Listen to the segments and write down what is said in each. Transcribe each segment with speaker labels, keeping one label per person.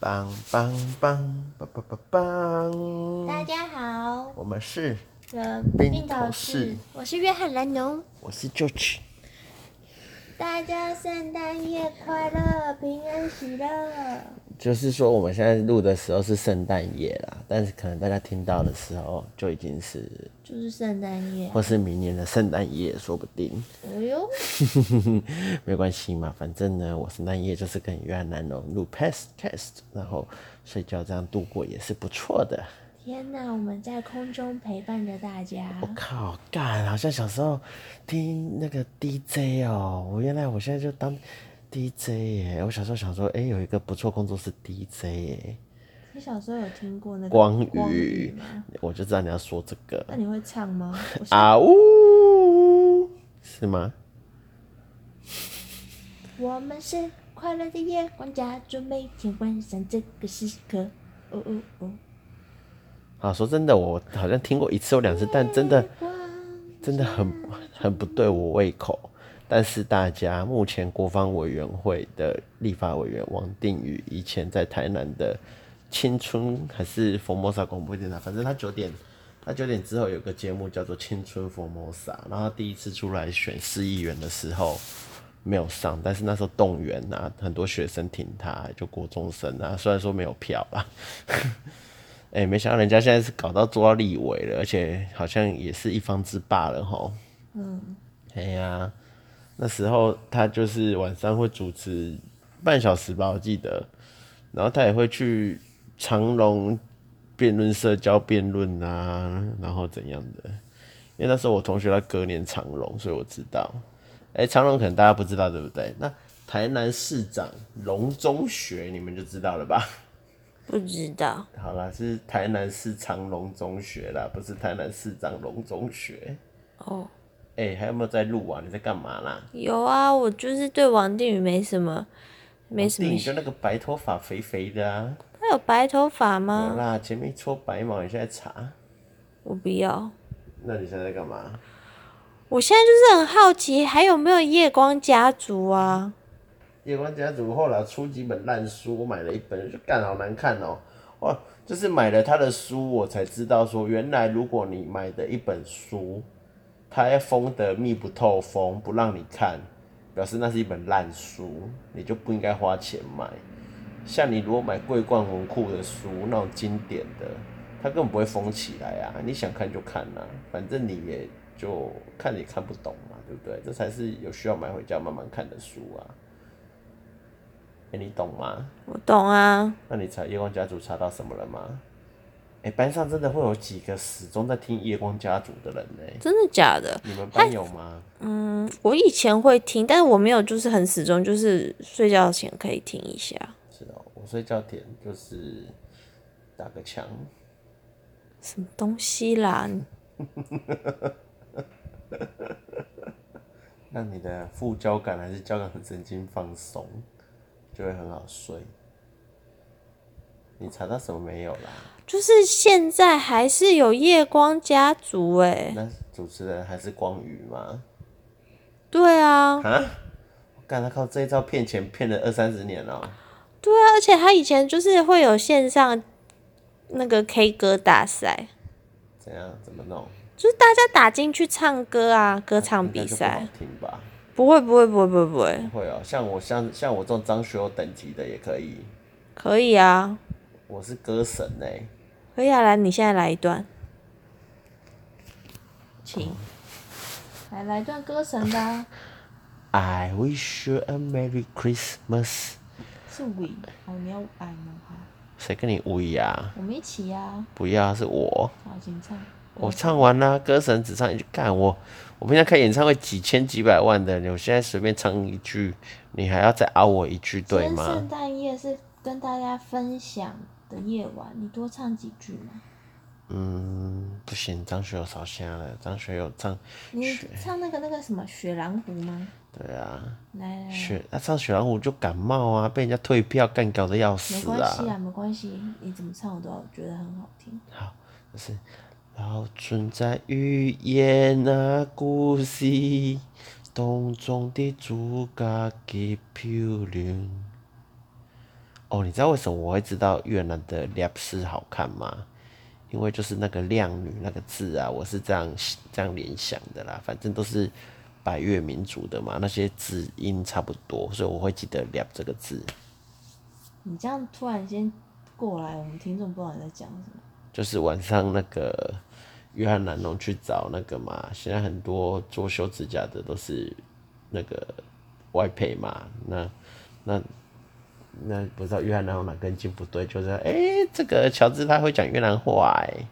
Speaker 1: 棒棒棒，棒棒棒
Speaker 2: 大
Speaker 1: 棒！
Speaker 2: 家好，
Speaker 1: 我们是，
Speaker 2: 呃，
Speaker 1: 冰
Speaker 2: 冰
Speaker 1: 岛
Speaker 2: 岛
Speaker 1: 市
Speaker 2: 市，我是约翰兰农。
Speaker 1: 我是 George。
Speaker 2: 大家圣诞夜快乐，平安喜乐。
Speaker 1: 就是说，我们现在录的时候是圣诞夜啦，但是可能大家听到的时候就已经是，
Speaker 2: 就是圣诞夜，
Speaker 1: 或是明年的圣诞夜，说不定。
Speaker 2: 哎呦，
Speaker 1: 没关系嘛，反正呢，我圣诞夜就是跟约翰南龙录 past test，然后睡觉这样度过也是不错的。
Speaker 2: 天哪！我们在空中陪伴着大家
Speaker 1: 我。靠，干，好像小时候听那个 DJ 哦，我原来我现在就当 DJ 耶。我小时候想说，哎、有一个不错工作是 DJ 耶，
Speaker 2: 你小时候有听过那个
Speaker 1: 光宇，
Speaker 2: 宇吗？
Speaker 1: 我就知道你要说这个
Speaker 2: 那你会唱吗？我是
Speaker 1: 啊呜，是吗？
Speaker 2: 我们是快乐的夜光家族，每天晚上这个时刻。哦哦哦，
Speaker 1: 啊，说真的，我好像听过一次或两次，但真的
Speaker 2: 光
Speaker 1: 真的很 很不对我胃口。但是大家目前国防委员会的立法委员王定宇，以前在台南的青春还是佛摩萨广播电台，反正他九点，他九点之后有个节目叫做《青春佛摩萨》，然后他第一次出来选市议员的时候没有上，但是那时候动员啊，很多学生挺他，就国中生啊，虽然说没有票啊 啦。哎、没想到人家现在是搞到做到立委了，而且好像也是一方之霸了吼。嗯，哎呀、那时候他就是晚上会主持半小时吧，我记得，然后他也会去长隆辩论社交辩论啊，然后怎样的？因为那时候我同学他隔年长隆，所以我知道。哎、长隆可能大家不知道，对不对？那台南市长龙中学，你们就知道了吧？
Speaker 2: 不知道，
Speaker 1: 好啦，是台南市长隆中学啦，不是台南市长隆中学。
Speaker 3: 哦，
Speaker 1: 哎、还有没有在录啊？你在干嘛啦？
Speaker 3: 有啊，我就是对王定宇没什么，没什么
Speaker 1: 你
Speaker 3: 兴。
Speaker 1: 就那个白头发肥肥的啊。
Speaker 3: 他有白头发
Speaker 1: 好
Speaker 3: 吗？
Speaker 1: 啦，前面一撮白毛，你现在查。
Speaker 3: 我不要。
Speaker 1: 那你现在在干嘛？
Speaker 3: 我现在就是很好奇，还有没有夜光家族啊？
Speaker 1: 夜光家族后来出几本烂书，我买了一本，就干好难看哦、哇，就是买了他的书，我才知道说，原来如果你买的一本书，它要封得密不透风，不让你看，表示那是一本烂书，你就不应该花钱买。像你如果买桂冠文库的书，那种经典的，它根本不会封起来啊，你想看就看啦、反正你也就看也看不懂嘛，对不对？这才是有需要买回家慢慢看的书啊。哎、你懂吗？
Speaker 3: 我懂啊，
Speaker 1: 那你查《夜光家族》查到什么了吗？哎、班上真的会有几个始终在听《夜光家族》的人呢、
Speaker 3: 真的假的？
Speaker 1: 你们班有吗？
Speaker 3: 嗯，我以前会听，但是我没有，就是很始终，就是睡觉前可以听一下。
Speaker 1: 是哦、我睡觉前就是打个枪，
Speaker 3: 什么东西啦？
Speaker 1: 让你的副交感还是交感神经放松，就会很好睡。你查到什么没有啦？
Speaker 3: 就是现在还是有夜光家族哎、
Speaker 1: 那主持人还是光宇吗？
Speaker 3: 对啊，
Speaker 1: 啊？我干他靠这一招骗钱骗了二三十年哦了、
Speaker 3: 对啊，而且他以前就是会有线上那个 K 歌大赛，
Speaker 1: 怎样？怎么弄？
Speaker 3: 就是大家打进去唱歌啊，歌唱
Speaker 1: 应该
Speaker 3: 比
Speaker 1: 就不好
Speaker 3: 赛。
Speaker 1: 听吧？
Speaker 3: 不会不会不会不会不会，
Speaker 1: 会哦，像我像像我这种张学友等级的也可以，
Speaker 3: 可以啊，
Speaker 1: 我是歌神哎、
Speaker 3: 可以啊，来，你现在来一段，
Speaker 2: 请来来段歌神的啊，
Speaker 1: I wish you a merry Christmas。
Speaker 2: 是 we 哦，你要爱吗？好
Speaker 1: 谁跟你无语啊？
Speaker 2: 我们一起呀、啊，
Speaker 1: 不要啊，是我。
Speaker 2: 好，请唱。
Speaker 1: 我唱完啦、歌神只唱一句，干我。我平常开演唱会几千几百万的，我现在随便唱一句，你还要再凹我一句，对
Speaker 2: 今天
Speaker 1: 吗
Speaker 2: 圣？诞夜是跟大家分享的夜晚，你多唱几句嘛。
Speaker 1: 嗯，不行，张学友烧瞎了。张学友唱，
Speaker 2: 你唱那个那个什么雪狼湖吗？
Speaker 1: 对啊，
Speaker 2: 来来来，
Speaker 1: 雪他、唱雪狼湖就感冒啊，被人家退票干搞的要
Speaker 2: 没
Speaker 1: 死
Speaker 2: 关
Speaker 1: 啊
Speaker 2: 系。啊，没关系，你怎么唱我都觉得很好听。
Speaker 1: 好，就是老存在寓言那故事当中的主角极漂亮。哦，你知道为什么我会知道越南的 l a p s 好看吗？因为就是那个靓女那个字啊，我是这样这样联想的啦。反正都是百越民族的嘛，那些字音差不多，所以我会记得 l a p 这个字。
Speaker 2: 你这样突然间过来，我们听众不知道你在讲什么。
Speaker 1: 就是晚上那个约翰南农去找那个嘛，现在很多做修指甲的都是那个外配嘛，那那那不知道约翰南农哪根筋不对，就是哎、诶这个乔治他会讲越南话哎、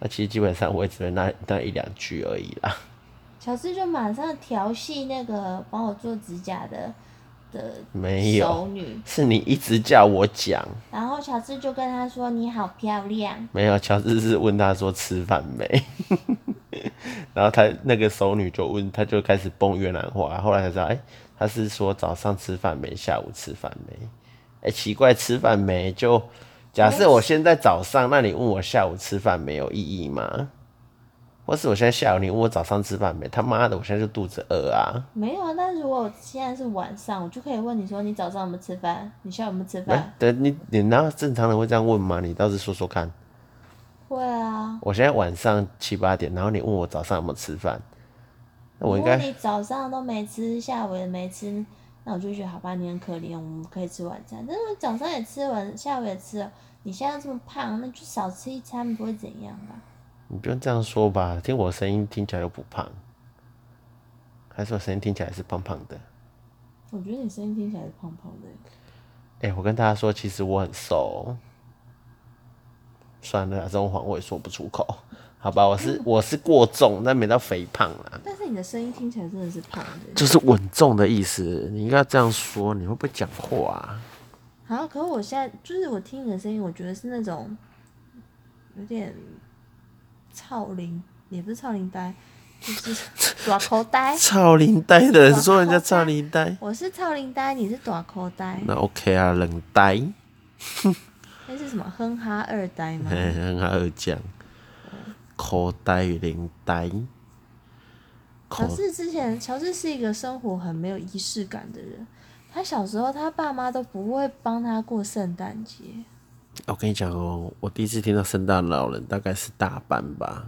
Speaker 1: 那其实基本上我也只会那那一两句而已啦。
Speaker 2: 乔治就马上调戏那个帮我做指甲的的
Speaker 1: 没有
Speaker 2: 熟女，
Speaker 1: 是你一直叫我讲，
Speaker 2: 然后乔治就跟他说：“你好漂亮。
Speaker 1: 没有，乔治是问他说吃饭没， 然后他那个熟女就问，他就开始蹦越南话，后来才知道，哎、他是说早上吃饭没，下午吃饭没，哎、奇怪，吃饭没就假设我现在早上，那你问我下午吃饭没有意义吗？或是我现在下午你问我早上吃饭没，他妈的，我现在就肚子饿啊！”
Speaker 2: 没有啊，但是如果我现在是晚上，我就可以问你说：“你早上有没有吃饭？你下午有没有吃
Speaker 1: 哎、
Speaker 2: 饭
Speaker 1: 对你你难道正常人会这样问吗？你倒是说说看。？”
Speaker 2: 会啊。
Speaker 1: 我现在晚上七八点，然后你问我早上有没有吃饭，那我
Speaker 2: 如
Speaker 1: 应
Speaker 2: 果
Speaker 1: 该
Speaker 2: 你早上都没吃，下午也没吃，那我就觉得好吧，你很可怜，我们可以吃晚餐。但是我早上也吃完，下午也吃了，你现在这么胖，那就少吃一餐不会怎样吧？
Speaker 1: 你不用这样说吧，听我声音听起来又不胖，还是我声音听起来是胖胖的？
Speaker 2: 我觉得你声音听起来是胖胖的耶。
Speaker 1: 哎、我跟大家说，其实我很瘦哦。算了啦，这种谎我也说不出口，好吧？我是 我是过重，但没到肥胖啦，
Speaker 2: 但是你的声音听起来真的是胖的。
Speaker 1: 就是稳重的意思。你应该这样说，你会不会讲话啊？
Speaker 2: 好，可是我现在就是我听你的声音，我觉得是那种有点超龄，也不是超龄呆，就是 短口呆。
Speaker 1: 操林呆的人说人家操林呆，
Speaker 2: 我是超龄呆，你是短口呆，
Speaker 1: 那 OK 啊，冷呆，
Speaker 2: 那是什么哼哈二呆吗？
Speaker 1: 嘿很好讲，口呆与零呆，
Speaker 2: 乔
Speaker 1: 口
Speaker 2: 治之前，乔治是一个生活很没有仪式感的人。他小时候，他爸妈都不会帮他过圣诞节。
Speaker 1: 我跟你讲哦，我第一次听到圣诞老人大概是大班吧，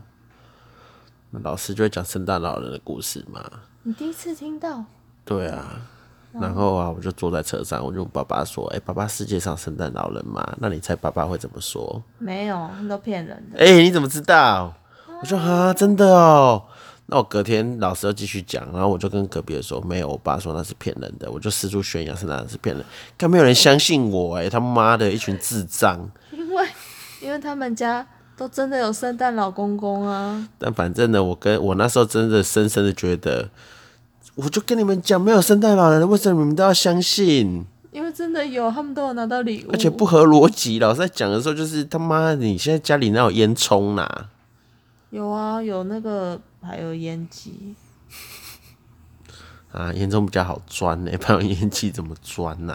Speaker 1: 那老师就会讲圣诞老人的故事嘛。
Speaker 2: 你第一次听到，
Speaker 1: 对啊，然后啊，我就坐在车上，我就问爸爸说：“哎、爸爸，世界上有圣诞老人吗？”那你猜爸爸会怎么说？
Speaker 2: 没有，他都骗人的。
Speaker 1: 哎、你怎么知道？我说哈，真的哦。那我隔天老师又继续讲，然后我就跟隔壁的说，没有，我爸说那是骗人的，我就四处宣扬是那是骗人，看没有人相信我、哎，他妈的一群智障。
Speaker 2: 因为因为他们家都真的有圣诞老公公啊，
Speaker 1: 但反正呢，我跟我那时候真的深深的觉得，我就跟你们讲，没有圣诞老人，为什么你们都要相信？
Speaker 2: 因为真的有，他们都有拿到礼物，
Speaker 1: 而且不合逻辑。老师在讲的时候，就是他妈的，你现在家里哪有烟囱啦？
Speaker 2: 有啊，有那个还有烟机，
Speaker 1: 啊，烟囱比较好钻呢、不然烟气怎么钻呐、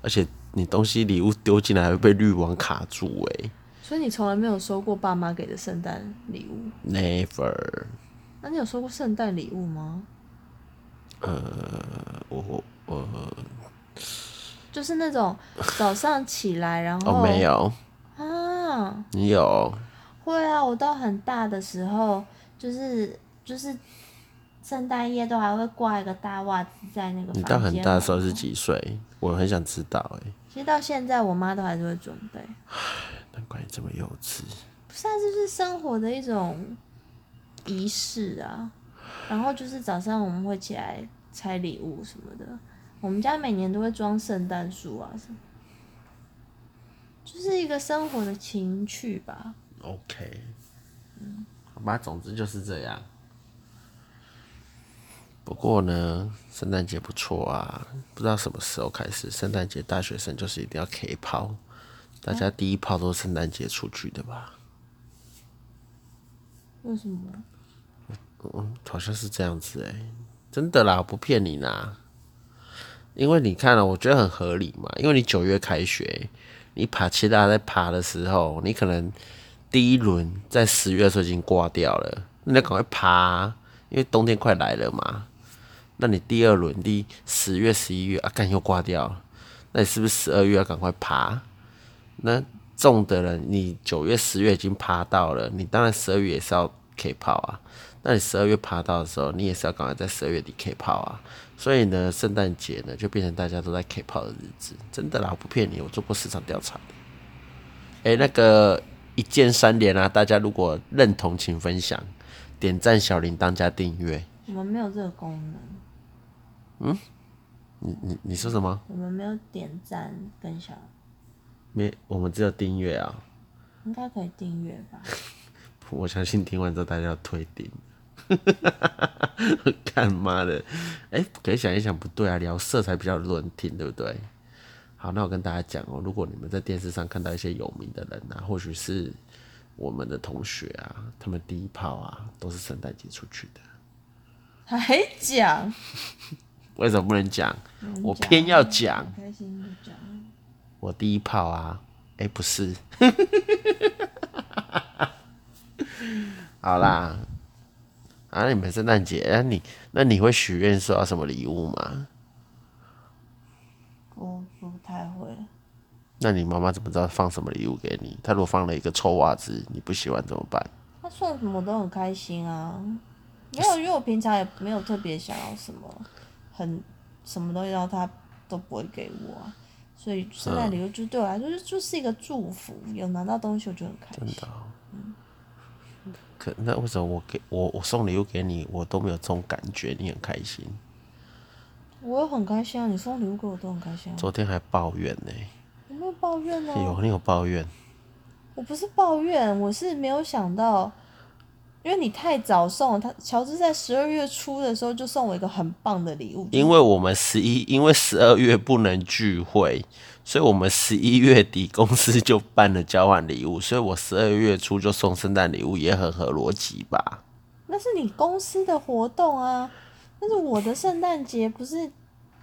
Speaker 1: 而且你东西礼物丢进来还会被滤网卡住哎、
Speaker 2: 所以你从来没有收过爸妈给的圣诞礼物。
Speaker 1: Never，
Speaker 2: 那你有收过圣诞礼物吗？
Speaker 1: 呃我我
Speaker 2: 就是那种早上起来，然后
Speaker 1: 哦没有，
Speaker 2: 啊，
Speaker 1: 你有
Speaker 2: 会啊，我到很大的时候，就是就是圣诞夜都还会挂一个大袜子在那个
Speaker 1: 你到
Speaker 2: 房
Speaker 1: 很
Speaker 2: 间
Speaker 1: 大的
Speaker 2: 门
Speaker 1: 时候是
Speaker 2: 口
Speaker 1: 几岁？我很想知道哎、
Speaker 2: 其实到现在，我妈都还是会准备。
Speaker 1: 难怪你这么幼稚。
Speaker 2: 不是啊，这就是生活的一种仪式啊。然后就是早上我们会起来拆礼物什么的。我们家每年都会装圣诞树啊什么，就是一个生活的情趣吧。
Speaker 1: OK，好吧，总之就是这样。不过呢，圣诞节不错啊，不知道什么时候开始，圣诞节大学生就是一定要 K 炮，大家第一炮都是圣诞节出去的吧？
Speaker 2: 为什么？
Speaker 1: 嗯，好像是这样子哎、真的啦，我不骗你啦。因为你看了、我觉得很合理嘛，因为你九月开学，你爬七大在爬的时候，你可能第一轮在十月的时候已经挂掉了，那你要赶快爬啊、因为冬天快来了嘛。那你第二轮第十月、十一月啊，干又挂掉了，那你是不是十二月要赶快爬？那重的人，你九月、十月已经爬到了，你当然十二月也是要 K 跑啊。那你十二月爬到的时候，你也是要赶快在十二月底 K 跑啊。所以呢，圣诞节呢就变成大家都在 K 跑的日子，真的啦，我不骗你，我做过市场调查的。哎、那个一键三连啊，大家如果认同，请分享、点赞、小铃铛加订阅。
Speaker 2: 我们没有这个功能，
Speaker 1: 你你你说什么？
Speaker 2: 我们没有点赞跟小，
Speaker 1: 没，我们只有订阅啊。
Speaker 2: 应该可以订阅吧？
Speaker 1: 我相信听完之后大家要退订。 干妈的，哎、可以想一想，不对啊，聊色才比较多人听，对不对？好，那我跟大家讲哦，如果你们在电视上看到一些有名的人啊，或许是我们的同学啊，他们第一炮啊都是圣诞节出去的，
Speaker 2: 还讲，
Speaker 1: 为什么不能讲？
Speaker 2: 能
Speaker 1: 我
Speaker 2: 讲
Speaker 1: 偏要讲，
Speaker 2: 开心就讲。
Speaker 1: 我第一炮啊，哎、不是， 好啦，啊，你们圣诞节，那你那你会许愿收到什么礼物吗？
Speaker 2: 我不太会，
Speaker 1: 那你妈妈怎么知道放什么礼物给你？她如果放了一个臭袜子，你不喜欢怎么办？
Speaker 2: 他送什么我都很开心啊。没有，因为我平常也没有特别想要什么，很什么东西，然后他都不会给我、啊，所以圣诞礼物就对我来说就就是一个祝福，有拿到东西我就很开心。
Speaker 1: 可那为什么我给我我送礼物给你，我都没有这种感觉？你很开心，
Speaker 2: 我也很开心啊，你送礼物给我都很开心啊，
Speaker 1: 昨天还抱怨呢、
Speaker 2: 我没有抱怨啊。
Speaker 1: 有你有抱怨？
Speaker 2: 我不是抱怨，我是没有想到，因为你太早送了他。乔治在十二月初的时候就送我一个很棒的礼物，
Speaker 1: 因为我们十一，因为十二月不能聚会，所以我们十一月底公司就办了交换礼物，所以我十二月初就送圣诞礼物，也很合逻辑吧？
Speaker 2: 那是你公司的活动啊。但是我的圣诞节不是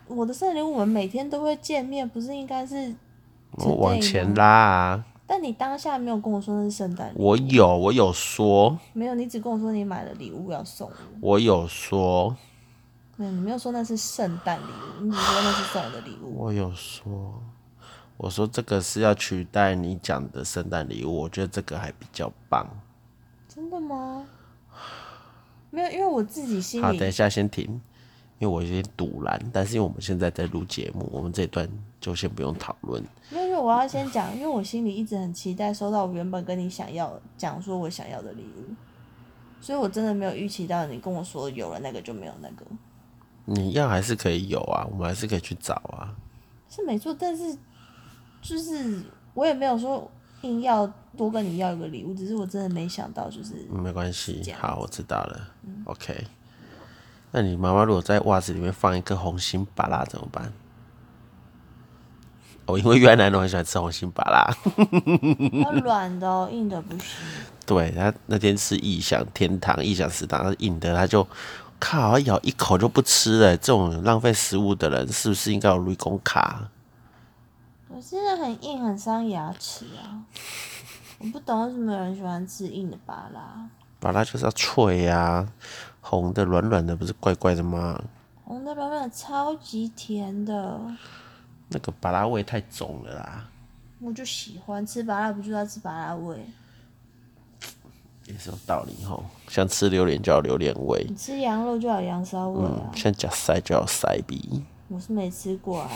Speaker 2: 我的圣诞礼物，我们每天都会见面，不是应该是？
Speaker 1: 我往前拉、啊，
Speaker 2: 但你当下没有跟我说那是圣诞礼
Speaker 1: 我有，我有说，
Speaker 2: 物，没有，你只跟我说你买了礼物要送我，
Speaker 1: 我有说，
Speaker 2: 没有，你没有说那是圣诞礼物，你只说那是送我的礼物。
Speaker 1: 我有说，我说这个是要取代你讲的圣诞礼物，我觉得这个还比较棒。
Speaker 2: 真的吗？没有，因为我自己心
Speaker 1: 好，
Speaker 2: 里
Speaker 1: 等一下先停，因为我有点堵拦，但是因为我们现在在录节目，我们这一段就先不用讨论。
Speaker 2: 因为我要先讲，因为我心里一直很期待收到我原本跟你想要讲说我想要的礼物，所以我真的没有预期到你跟我说有了那个就没有那个，
Speaker 1: 你要还是可以有啊，我们还是可以去找啊。
Speaker 2: 是没错，但是就是我也没有说硬要多跟你要一个礼物，只是我真的没想到， 就是
Speaker 1: 嗯没关系，
Speaker 2: 样
Speaker 1: 好，我知道了。OK，那你妈妈如果在袜子里面放一颗红心巴拉怎么办？哦，因为越南人很喜欢吃红心巴拉，
Speaker 2: 要软的哦，硬的不行。
Speaker 1: 对他那天吃异想天堂、异想食堂，他硬的他就靠，他咬一口就不吃了。这种浪费食物的人是不是应该有绿工卡？
Speaker 2: 我现在很硬，很伤牙齿啊！我不懂为什么有人喜欢吃硬的巴拉，
Speaker 1: 巴拉就是要脆呀、红的软软的不是怪怪的吗？
Speaker 2: 红的软软的超级甜的。
Speaker 1: 那个巴拉味太重了啦。
Speaker 2: 我就喜欢吃麻辣，不就要吃麻辣味？
Speaker 1: 也是有道理吼，像吃榴莲就要榴莲味，
Speaker 2: 你吃羊肉就要有羊骚味啊！
Speaker 1: 像夹塞就要塞鼻。
Speaker 2: 我是没吃过啊，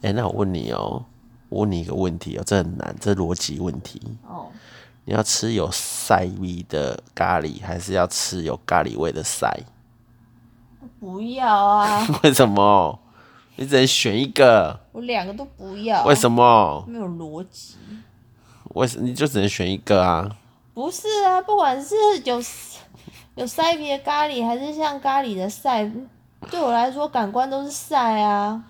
Speaker 1: 哎、那我问你哦、我问你一个问题哦、这很难，这逻辑问题。
Speaker 2: 哦，
Speaker 1: 你要吃有塞鼻的咖喱，还是要吃有咖喱味的塞？
Speaker 2: 不要啊，
Speaker 1: 为什么？你只能选一个？
Speaker 2: 我两个都不要。
Speaker 1: 为什么？
Speaker 2: 没有逻辑？
Speaker 1: 为什你就只能选一个啊？
Speaker 2: 不是啊，不管是有有塞皮的咖喱，还是像咖喱的塞，对我来说感官都是塞啊。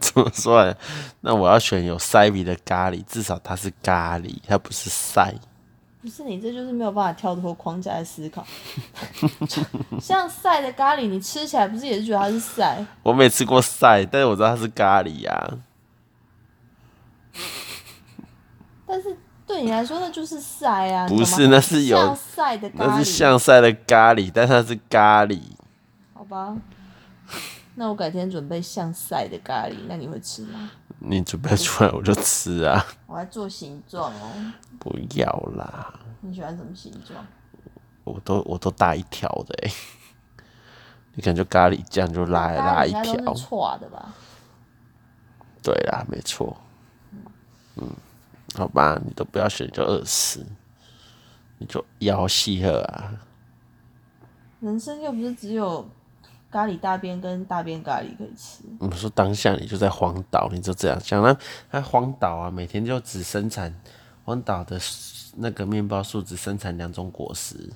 Speaker 1: 怎么说呢？那我要选有塞鼻的咖喱，至少它是咖喱，它不是塞。
Speaker 2: 不是你，这就是没有办法跳脱框架来思考。 像塞的咖喱，你吃起来不是也是觉得它是塞？
Speaker 1: 我没吃过塞，但是我知道它是咖喱啊。
Speaker 2: 但是对你来说，那就是晒啊，你
Speaker 1: 不
Speaker 2: 懂吗
Speaker 1: 是那是有
Speaker 2: 像晒的咖喱，
Speaker 1: 那是香晒的咖喱，但它是咖喱。
Speaker 2: 好吧？那我改天准备像晒的咖喱，那你会吃吗？
Speaker 1: 你准备出来我就吃啊！
Speaker 2: 我还做形状哦，
Speaker 1: 不要啦，
Speaker 2: 你喜欢什么形状？
Speaker 1: 我都我都大一条的哎、你感觉咖喱酱就拉拉一
Speaker 2: 大家应该
Speaker 1: 条
Speaker 2: 都是，错的吧？
Speaker 1: 对啦，没错，嗯，好吧，你都不要选，你就饿死，你就腰细喝啊！
Speaker 2: 人生又不是只有咖喱大便跟大便咖喱可以吃，
Speaker 1: 我们说当下你就在荒岛，你就这样想，那那荒岛啊，每天就只生产荒岛的那个面包树只生产两种果实，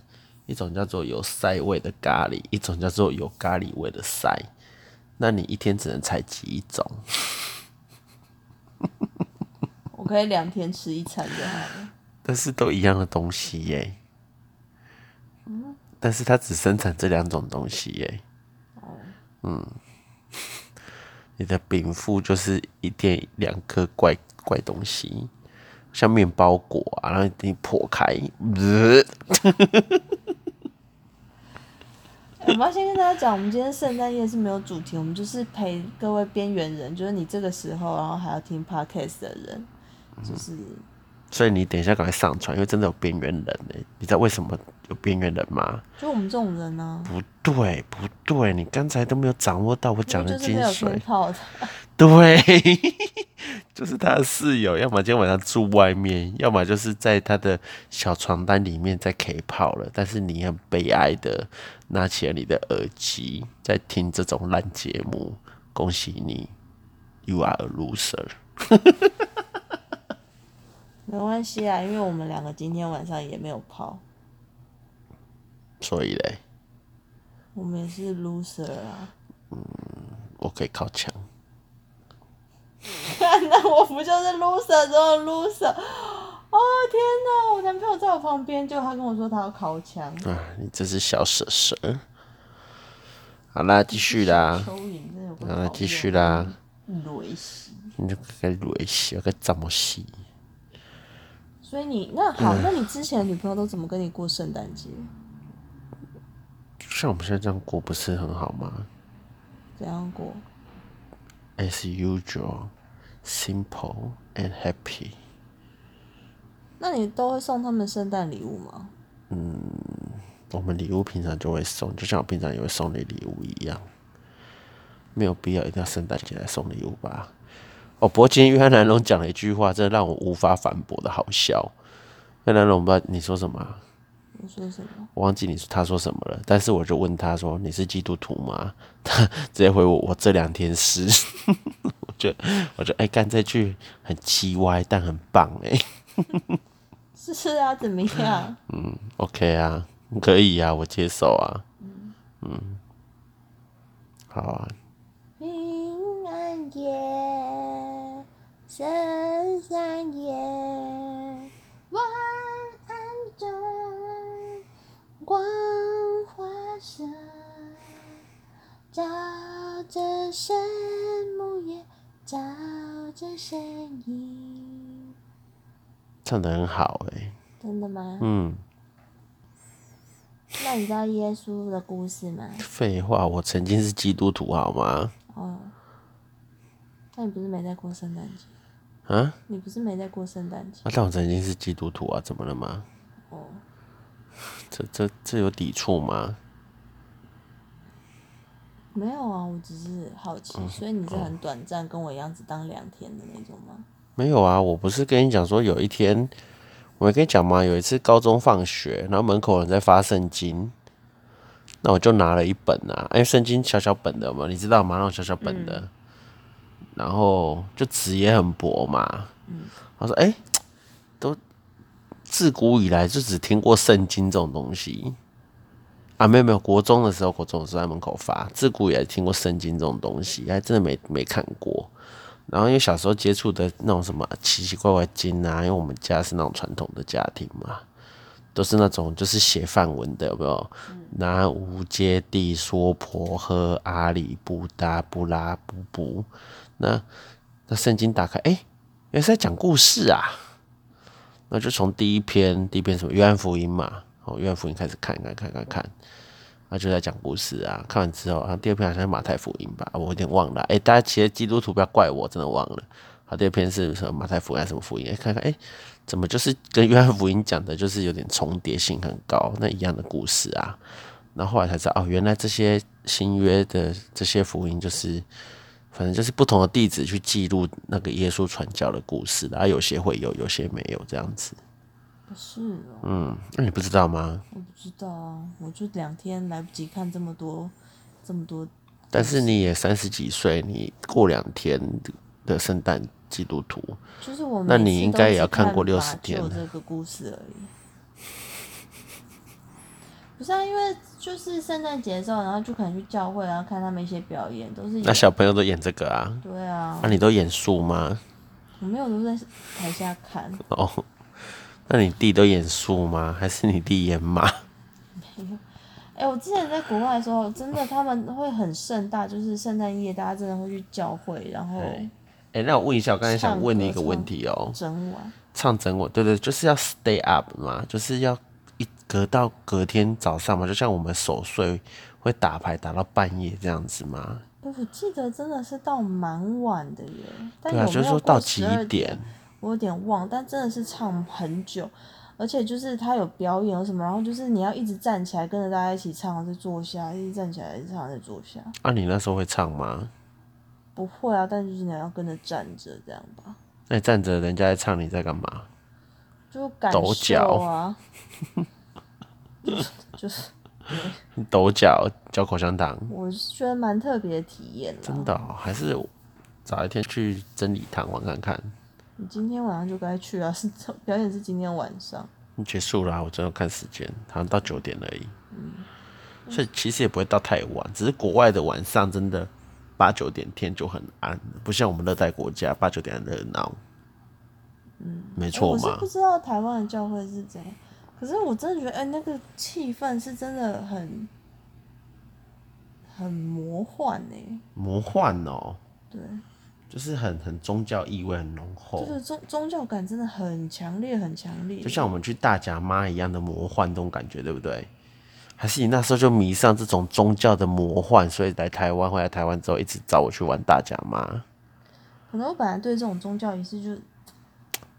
Speaker 1: 一种叫做有塞味的咖喱，一种叫做有咖喱味的塞。那你一天只能采集一种，
Speaker 2: 我可以两天吃一餐就好了。
Speaker 1: 但是都一样的东西耶、但是它只生产这两种东西耶、嗯，你的禀赋就是一点两颗怪怪东西，像面包果啊，然后你破开， 呃
Speaker 2: 欸我们要先跟大家讲，我们今天圣诞夜是没有主题，我们就是陪各位边缘人，就是你这个时候，然后还要听 podcast 的人，就是
Speaker 1: 所以你等一下赶快上传，因为真的有边缘人呢、你知道为什么有边缘人吗？
Speaker 2: 就我们这种人呢、
Speaker 1: 不对，不对，你刚才都没有掌握到我讲的
Speaker 2: 就是
Speaker 1: 精
Speaker 2: 没有
Speaker 1: 髓
Speaker 2: 偏。好的，
Speaker 1: 对，就是他的室友，要么今天晚上住外面，要么就是在他的小床单里面在 K 泡了。但是你很悲哀的拿起了你的耳机，在听这种烂节目。恭喜你，You are a loser。
Speaker 2: 没关系啊，因为我们两个今天晚上也没有泡，
Speaker 1: 所以嘞，
Speaker 2: 我们也是 loser 啊。
Speaker 1: 我可以靠墙。
Speaker 2: 看， 那我不就是 loser 中的 loser？哦天哪！我男朋友在我旁边，就他跟我说他要烤枪，
Speaker 1: 啊，你这是小蛇蛇。好啦，继续啦，
Speaker 2: 蚯蚓真的有够
Speaker 1: 好啦，啊继续
Speaker 2: 讨
Speaker 1: 啦。
Speaker 2: 厌雷西。
Speaker 1: 你就该蕊洗，该怎么洗？
Speaker 2: 所以你那好，那你之前的女朋友都怎么跟你过圣诞节？
Speaker 1: 像我们现在这样过不是很好吗？
Speaker 2: 怎样过？
Speaker 1: as usual, simple and happy。
Speaker 2: 那你都会送他们圣诞礼物吗？
Speaker 1: 我们礼物平常就会送，就像我平常也会送你礼物一样，没有必要一定要圣诞节来送礼物吧。哦，不过今天约翰南龙讲了一句话，真的让我无法反驳的好笑。约翰南龙不知道你说什么啊、
Speaker 2: 你说什么？
Speaker 1: 我忘记你他说什么了，但是我就问他说：“你是基督徒吗？” 他直接回我：“我这两天是。” 我就我就哎干、这句很鸡歪，但很棒哎、
Speaker 2: 是是啊，怎么样？
Speaker 1: OK 啊，可以啊，我接受啊。嗯好啊，
Speaker 2: 平安夜，圣诞夜，晚安灯，光华声，照着圣母夜，照着身影。
Speaker 1: 唱的很好哎、
Speaker 2: 真的吗？
Speaker 1: 嗯，
Speaker 2: 那你知道耶稣的故事吗？
Speaker 1: 废话，我曾经是基督徒好吗？
Speaker 2: 哦，那你不是没在过圣诞节？
Speaker 1: 啊，
Speaker 2: 你不是没在过圣诞节？
Speaker 1: 啊但我曾经是基督徒啊，怎么了吗？
Speaker 2: 哦，
Speaker 1: 这这这有抵触吗？
Speaker 2: 没有啊，我只是好奇，所以你是很短暂，跟我一样只当两天的那种吗？
Speaker 1: 没有啊，我不是跟你讲说有一天，我没跟你讲吗？有一次高中放学，然后门口有人在发圣经，那我就拿了一本啊，哎，圣经小小本的嘛，你知道吗？那种小小本的，然后就纸也很薄嘛，他说，哎、都自古以来就只听过圣经这种东西。啊，没有没有，国中的时候，国中的时候在门口发，自古以来听过圣经这种东西，还真的没没看过。然后因为小时候接触的那种什么奇奇怪怪经啊，因为我们家是那种传统的家庭嘛，都是那种就是写范文的，有没有？南无揭谛娑婆诃，阿里不达不拉不布。那那圣经打开，哎、原来是在讲故事啊。那就从第一篇，第一篇什么《约翰福音》嘛，哦，《约翰福音》开始看看看看看，他就在讲故事啊。看完之后，然后第二篇好像是马太福音吧，啊我有点忘了。哎、大家其实基督徒不要怪我，真的忘了。好，第二篇是什么马太福音还是什么福音？哎、看看，哎、怎么就是跟约翰福音讲的，就是有点重叠性很高，那一样的故事啊。然后后来才知道，哦，原来这些新约的这些福音，就是反正就是不同的弟子去记录那个耶稣传教的故事，然后有些会有，有些没有这样子。
Speaker 2: 是哦，
Speaker 1: 那、你不知道吗？
Speaker 2: 我不知道啊，我就两天来不及看这么多，这么多。
Speaker 1: 但是你也三十几岁，你过两天的圣诞基督徒，
Speaker 2: 就是我
Speaker 1: 那
Speaker 2: 每
Speaker 1: 你
Speaker 2: 次
Speaker 1: 应
Speaker 2: 都
Speaker 1: 该
Speaker 2: 只
Speaker 1: 也要看过
Speaker 2: 马
Speaker 1: 60天
Speaker 2: 厩
Speaker 1: 了
Speaker 2: 这个故事而已。不是啊，因为就是圣诞节的时候，然后就可能去教会，然后看他们一些表演，都是
Speaker 1: 那
Speaker 2: 有
Speaker 1: 小朋友都演这个啊？
Speaker 2: 对啊
Speaker 1: 那、，你都演树吗？
Speaker 2: 我没有都在台下看，
Speaker 1: 哦，那你弟都演树吗？还是你弟演马？
Speaker 2: 哎、我之前在国外的时候，真的他们会很盛大，就是圣诞夜，大家真的会去教会，然后
Speaker 1: 对 哎、那我问一下，我刚才想
Speaker 2: 唱
Speaker 1: 问
Speaker 2: 歌
Speaker 1: 你一个问
Speaker 2: 唱
Speaker 1: 题哦、
Speaker 2: 整晚。
Speaker 1: 唱整晚，对对，就是要 stay up 嘛，就是要一隔到隔天早上嘛，就像我们守岁会打牌打到半夜这样子嘛。
Speaker 2: 哎我记得真的是到蛮晚的耶，但
Speaker 1: 对
Speaker 2: 有
Speaker 1: 啊，
Speaker 2: 没有
Speaker 1: 就是说到
Speaker 2: 过
Speaker 1: 几
Speaker 2: 12
Speaker 1: 点？
Speaker 2: 我有点忘，但真的是唱很久，而且就是他有表演有什么，然后就是你要一直站起来跟着大家一起唱，再坐下，一直站起来一直唱再坐下。
Speaker 1: 啊，你那时候会唱吗？
Speaker 2: 不会啊，但就是你要跟着站着这样吧，
Speaker 1: 那你站着人家在唱，你在干嘛？
Speaker 2: 就感
Speaker 1: 抖
Speaker 2: 受啊，就是
Speaker 1: 你抖脚嚼口香糖，
Speaker 2: 我是觉得蛮特别的体验啦。
Speaker 1: 真的哦、还是找一天去真理堂玩看看？
Speaker 2: 你今天晚上就该去啊，是表演是今天晚上。
Speaker 1: 结束了、啊，我真的看时间，好像到九点而已。
Speaker 2: 嗯
Speaker 1: 所以其实也不会到太晚，只是国外的晚上真的八九点天就很暗，不像我们热带国家八九点很热闹。嗯，没
Speaker 2: 哎
Speaker 1: 错
Speaker 2: 我是
Speaker 1: 嘛
Speaker 2: 不。知道台湾的教会是怎样，可是我真的觉得，哎、那个气氛是真的很很魔幻欸呢、
Speaker 1: 魔幻哦、
Speaker 2: 对，
Speaker 1: 就是很很宗教意味很浓厚，
Speaker 2: 就是宗宗教感真的很强烈，很强烈。
Speaker 1: 就像我们去大甲妈一样的魔幻这种感觉，对不对？还是你那时候就迷上这种宗教的魔幻，所以来台湾，回来台湾之后一直找我去玩大甲妈，
Speaker 2: 嗯可能我本来对这种宗教仪式就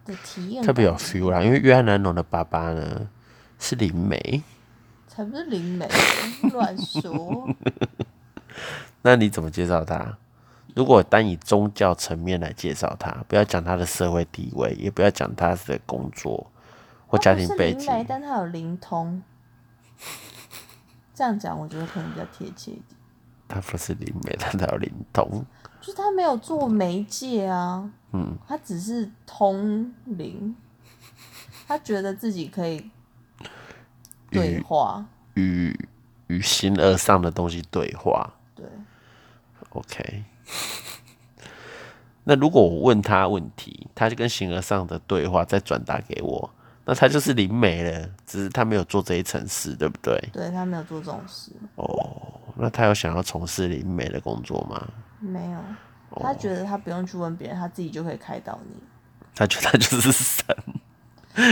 Speaker 2: 的体验
Speaker 1: 特别有
Speaker 2: 感
Speaker 1: feel 啦。因为约翰南农的爸爸呢是灵媒，
Speaker 2: 才不是灵媒， 乱说。
Speaker 1: 那你怎么介绍他？如果单以宗教层面来介绍他，不要讲他的社会地位，也不要讲他的工作 或
Speaker 2: 他
Speaker 1: 家
Speaker 2: 不
Speaker 1: 庭
Speaker 2: 是
Speaker 1: 背
Speaker 2: 灵
Speaker 1: 景，
Speaker 2: 媒，但他有灵通。这样讲，我觉得可能比较贴切一点。
Speaker 1: 他不是灵媒，但他有灵通。
Speaker 2: 就是他没有做媒介啊，嗯，他只是通灵，他觉得自己可以对话，
Speaker 1: 与与形而上的东西对话。
Speaker 2: 对，
Speaker 1: OK，那如果我问他问题，他就跟形而上的对话再转达给我，那他就是灵媒了，只是他没有做这一层事，对不对？
Speaker 2: 对他没有做这种事，
Speaker 1: 那他有想要从事灵媒的工作吗？
Speaker 2: 没有，
Speaker 1: 哦
Speaker 2: 他觉得他不用去问别人，他自己就可以开导你。
Speaker 1: 他觉得他就是神。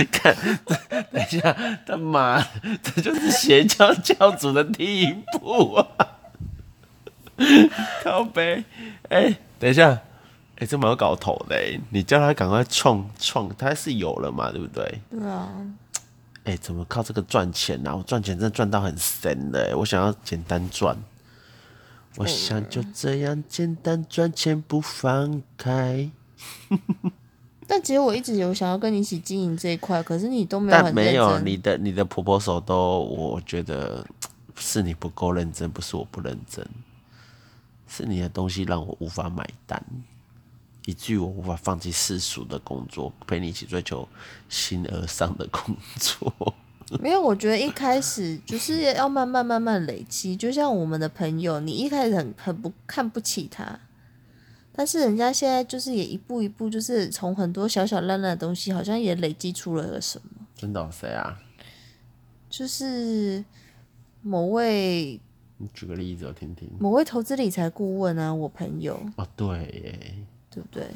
Speaker 1: 看，这等一下，他妈，这就是邪教教主的第一步啊！靠背，哎、等一下，哎、这蛮有搞头的、欸，你叫他赶快创创，他是有了嘛，对不对？
Speaker 2: 对啊，
Speaker 1: 哎、怎么靠这个赚钱啊？我赚钱真的赚到很神的、欸，我想要简单赚。我想就这样简单赚钱不放开，
Speaker 2: 但其实我一直有想要跟你一起经营这一块，可是你都没
Speaker 1: 但没有你的你的婆婆手都，我觉得是你不够认真，不是我不认真，是你的东西让我无法买单，以至于我无法放弃世俗的工作，陪你一起追求形而上的工作。
Speaker 2: 没有，我觉得一开始就是要慢慢慢慢累积，就像我们的朋友，你一开始很很不看不起他，但是人家现在就是也一步一步，就是从很多小小烂烂的东西，好像也累积出了个什么，
Speaker 1: 真的、哦？谁啊？
Speaker 2: 就是某位
Speaker 1: 你举个例子我听听。
Speaker 2: 某位投资理财顾问啊，我朋友，
Speaker 1: 哦，对耶，
Speaker 2: 对不对？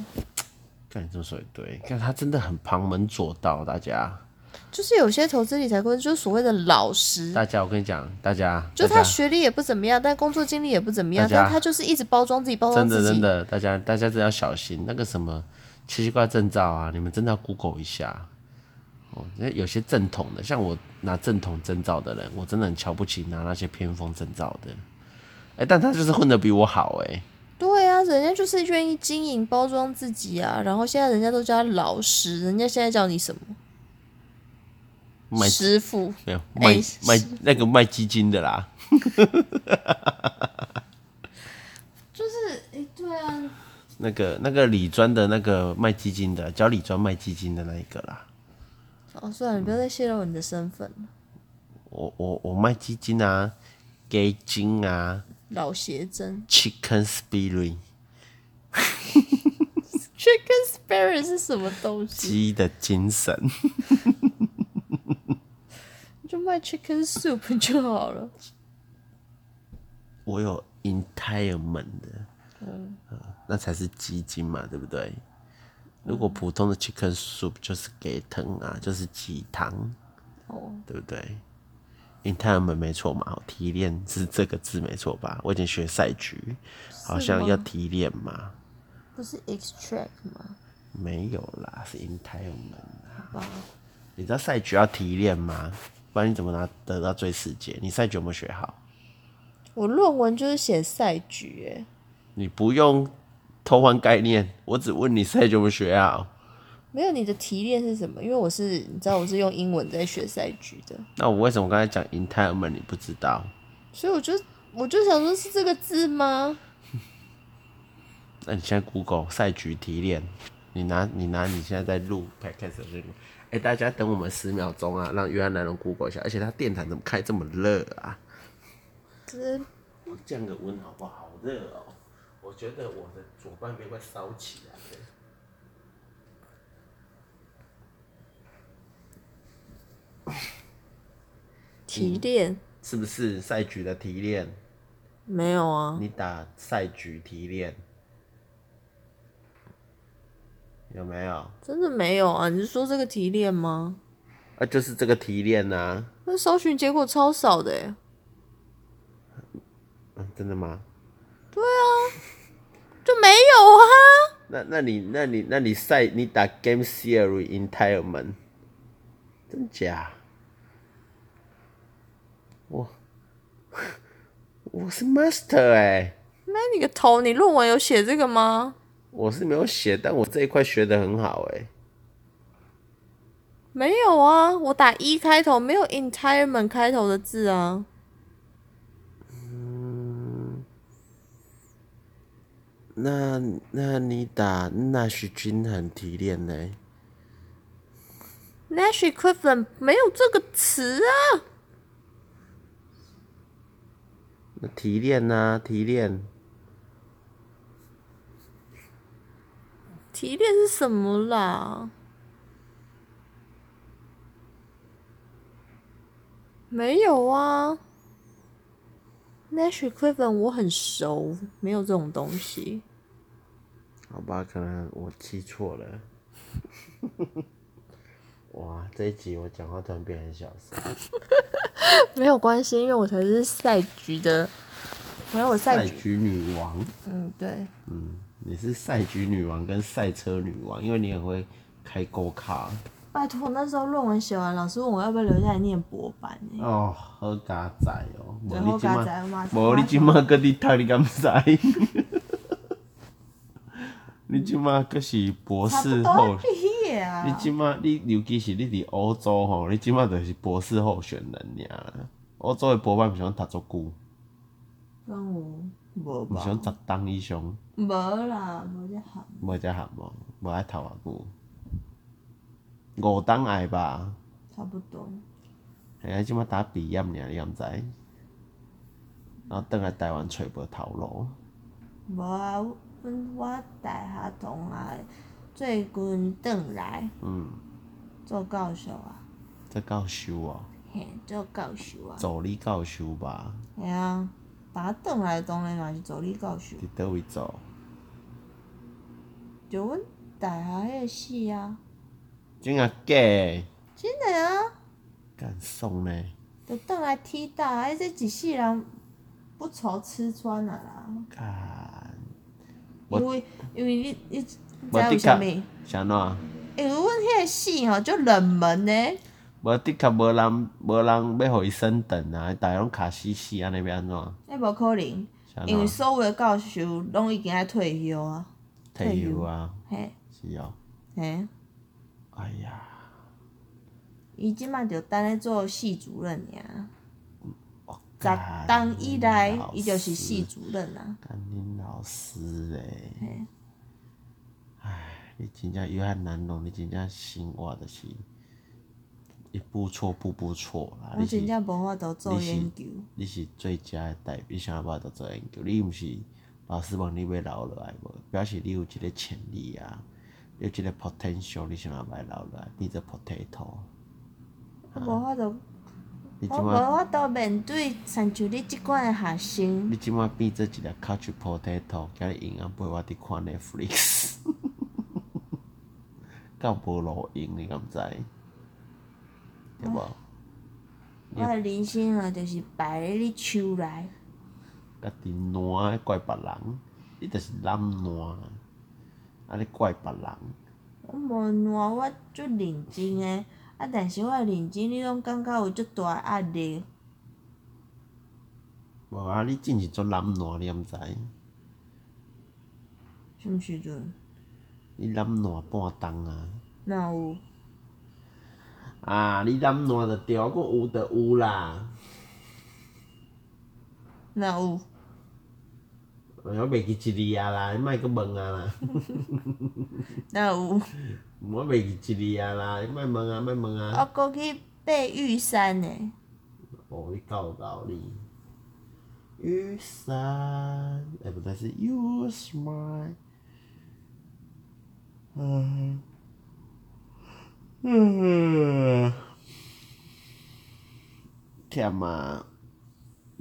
Speaker 1: 看你这么说也对，看他真的很旁门左道，大家
Speaker 2: 就是有些投资理财规则，就是所谓的老实，
Speaker 1: 大家，我跟你讲，大家，
Speaker 2: 就是
Speaker 1: 大
Speaker 2: 他
Speaker 1: 家
Speaker 2: 学历也不怎么样，但工作经历也不怎么样，
Speaker 1: 大家
Speaker 2: 但他就是一直包装自己，包装
Speaker 1: 真
Speaker 2: 哦自
Speaker 1: 的真
Speaker 2: 己。
Speaker 1: 的，大家大家真的要小心那个什么奇奇怪证照啊，你们真的要 Google 一下。哦，那有些正统的，像我拿正统证照的人，我真的很瞧不起拿那些偏锋证照的。哎、但他就是混得比我好哎、
Speaker 2: 对啊，人家就是愿意经营包装自己啊，然后现在人家都叫他老实，人家现在叫你什么
Speaker 1: 卖
Speaker 2: 师傅？
Speaker 1: 没有卖、
Speaker 2: 哎
Speaker 1: 卖那个卖基金的啦，
Speaker 2: 就是哎、对啊，
Speaker 1: 那个那个理专的那个卖基金的，教理专卖基金的那一个啦。
Speaker 2: 哦，算了，你不要再泄露你的身份了，
Speaker 1: 我我我卖基金啊，给金啊
Speaker 2: 老邪真。
Speaker 1: ，Chicken Spirit
Speaker 2: Chicken spirit 是什么东西？
Speaker 1: 鸡的精神。
Speaker 2: 就卖 chicken soup 就好了。
Speaker 1: 我有 entitlement 的，嗯，那才是基金嘛，对不对？如果普通的 chicken soup 就是给疼啊，就是鸡汤，
Speaker 2: 哦，
Speaker 1: 对不对？entitlement 没错嘛，提炼是这个字没错吧？我已经学赛局，好像要提炼嘛，
Speaker 2: 不是 extract 吗？
Speaker 1: 没有啦，是 entitlement 啊。
Speaker 2: 哇，
Speaker 1: 你知道赛局要提炼吗？不然你怎么拿得到最世界？你赛局有没有学好？
Speaker 2: 我论文就是写赛局、欸，
Speaker 1: 你不用偷换概念，我只问你赛局有没有学好。
Speaker 2: 没有你的提炼是什么？因为我是你知道我是用英文在学赛局的，
Speaker 1: 那我为什么刚才讲 entitlement 你不知道？
Speaker 2: 所以我就我就想说是这个字吗？
Speaker 1: 那你现在 Google 赛局提炼，你拿你拿你现在在录 podcast 的这个，哎、大家等我们十秒钟啊，让约翰南龙 Google 一下，而且他电台怎么开这么热啊？
Speaker 2: 这
Speaker 1: 我降个温好不好？好热哦，我觉得我的左半边快烧起来了。
Speaker 3: 提炼、
Speaker 1: 是不是赛局的提炼？
Speaker 3: 没有啊，
Speaker 1: 你打赛局提炼有没有？
Speaker 3: 真的没有啊。你是说这个提炼吗？
Speaker 1: 啊，就是这个提炼啊。
Speaker 3: 那搜寻结果超少的欸
Speaker 1: 嗯，真的吗？
Speaker 3: 啊就没有啊。
Speaker 1: 那那你那你那你赛你打 Game Theory Entitlement，真假？我我是 Master 哎、
Speaker 3: 那你个头，你论文有写这个吗？
Speaker 1: 我是没有写，但我这一块学的很好哎、
Speaker 3: 没有啊，我打一开头，没有 entirement 开头的字啊。
Speaker 1: 那那你打那许均衡提炼欸呢、
Speaker 3: Nash equivalent 没有这个词啊。
Speaker 1: 那提炼啊，提炼
Speaker 3: 提炼是什么啦？没有啊。Nash equivalent 我很熟，没有这种东西。
Speaker 1: 好吧，可能我记错了。 哇，这一集我讲话突然变很小声。
Speaker 3: 没有关系，因为我才是赛局的，没有我赛
Speaker 1: 赛
Speaker 3: 局，
Speaker 1: 局女王。
Speaker 2: 嗯，对，
Speaker 1: 你是赛局女王跟赛车女王，因为你也会开勾卡
Speaker 2: 拜托那时候论文写完，老师问我要不要留下来念博班、欸，
Speaker 1: 哦，好嘎仔哦，无
Speaker 2: 对
Speaker 1: 你即
Speaker 2: 好嘎仔
Speaker 1: 马
Speaker 2: 嘛，
Speaker 1: 无你即马搁你读你敢知？ 你即马可是博
Speaker 2: 差不
Speaker 1: 士
Speaker 2: 多
Speaker 1: 候
Speaker 2: 要，毕业啊
Speaker 1: 你。即马你尤其是你伫欧洲吼，你即马就是博士候选人尔啦。欧洲的博班毋想读足久，
Speaker 2: 跟我无
Speaker 1: 毋
Speaker 2: 吧？
Speaker 1: 想十档以上，
Speaker 2: 无啦，无这行。
Speaker 1: 无只项目，无爱读偌久，五档爱吧。
Speaker 2: 差不多。
Speaker 1: 哎呀，即摆打鼻炎尔，你敢知？然后等来台湾找无头路，
Speaker 2: 无啊，阮我大学同学最近转来
Speaker 1: 嗯，
Speaker 2: 做教授啊，
Speaker 1: 这教授哦、
Speaker 2: 嘿，做教授啊，
Speaker 1: 助理教授吧，
Speaker 2: 嘿啊，把他转来当然嘛是助理教授
Speaker 1: 伫，倒位做？
Speaker 2: 就阮大学迄个系啊，
Speaker 1: 真啊假的？
Speaker 2: 真的啊，
Speaker 1: 敢送呢？
Speaker 2: 就倒来踢倒，哎，这一世人不愁吃穿啊啦。
Speaker 1: 敢。我
Speaker 2: 因为因为你你你知
Speaker 1: 无
Speaker 2: 为
Speaker 1: 的
Speaker 2: 啥
Speaker 1: 确
Speaker 2: 物？
Speaker 1: 啥喏，
Speaker 2: 因为阮迄个戏吼就冷门呢，
Speaker 1: 无的确无人无人要互伊升等啊，逐个拢卡死死安尼要安怎？
Speaker 2: 迄无可能，
Speaker 1: 啥
Speaker 2: 因为
Speaker 1: 喏？
Speaker 2: 所有的教授拢已经爱退休啊，
Speaker 1: 退休啊，
Speaker 2: 嘿
Speaker 1: 是哦。
Speaker 2: 嘿，
Speaker 1: 哎呀，
Speaker 2: 伊即满就等咧做系主任尔，
Speaker 1: 我
Speaker 2: 十当以来
Speaker 1: 干
Speaker 2: 伊就是
Speaker 1: 啊你老
Speaker 2: 系
Speaker 1: 师
Speaker 2: 主任啊，
Speaker 1: 干恁老师嘞，
Speaker 2: 嘿，
Speaker 1: 你真正有汉难弄，你真正生活就是一步错步步错啦。啊
Speaker 2: 我
Speaker 1: 你是
Speaker 2: 真正无法度做
Speaker 1: 你是
Speaker 2: 研究，
Speaker 1: 你是最佳的代表，你想要不要做研究？你毋是老师问你要留落来无？表示你有即个潜力啊，你有即个 potential，你想要不要留落来？你这 potato，
Speaker 2: 我无法度，
Speaker 1: 啊你即
Speaker 2: 我无
Speaker 1: 马
Speaker 2: 法度面对像像你即款的学生
Speaker 1: 你，即马变做一粒 couch potato，今日闲啊陪我伫看 Netflix，够无路用你敢知？对无？
Speaker 2: 我的人生啊就是摆咧你手内，
Speaker 1: 家己烂怪别人，你就是懒烂，啊你怪别人。
Speaker 2: 我无烂，我足认真诶，啊，但是我的认真你拢感觉有足大的压力。
Speaker 1: 无啊，你真是做懒惰，你毋知？
Speaker 2: 什么时阵？
Speaker 1: 你懒惰半冬啊！
Speaker 2: 哪有？
Speaker 1: 啊，你懒惰就对，我有就有啦。
Speaker 2: 哪有？
Speaker 1: 哎我袂记一字啊啦，你莫阁问啊啦，
Speaker 2: 哪有？
Speaker 1: 嗯我袂记一字啊啦，你莫问啊，莫问
Speaker 2: 我
Speaker 1: 啊。
Speaker 2: 搁去爬玉山呢、
Speaker 1: 哦，你够有道理。雨伞，哎、不对，是 You smile。嗯，嗯，忝啊，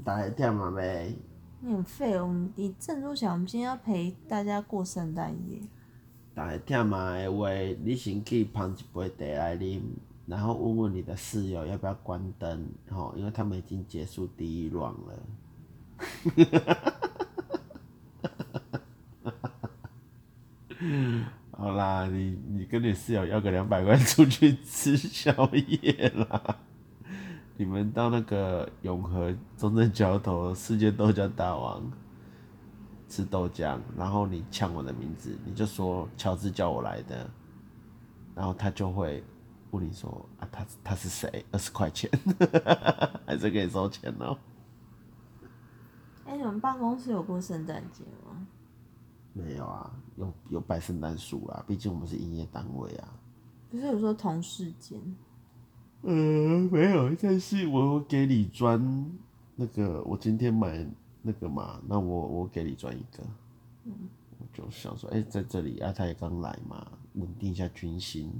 Speaker 1: 大家忝啊袂？
Speaker 2: 你很废哦！我们你郑州想，我们今天要陪大家过圣诞夜。
Speaker 1: 大家忝啊的话，你先去捧一杯茶来啉，然后问问你的室友要不要关灯，吼，因为他们已经结束第一 round 了。 好啦，你你跟你室友要个两百块出去吃宵夜啦。你们到那个永和中正桥头世界豆浆大王吃豆浆，然后你呛我的名字，你就说乔治叫我来的，然后他就会问你说啊他他是谁？二十块钱， 还是可以收钱哦、
Speaker 2: 哎、你们办公室有过圣诞节吗？
Speaker 1: 没有啊，有有摆圣诞树啦，啊毕竟我们是营业单位啊。
Speaker 2: 不是有说同事间，
Speaker 1: 呃，没有，但是我有给李专那个，我今天买那个嘛，那我我给李专一个，我就想说，哎、在这里啊，他也刚来嘛，稳定一下军心，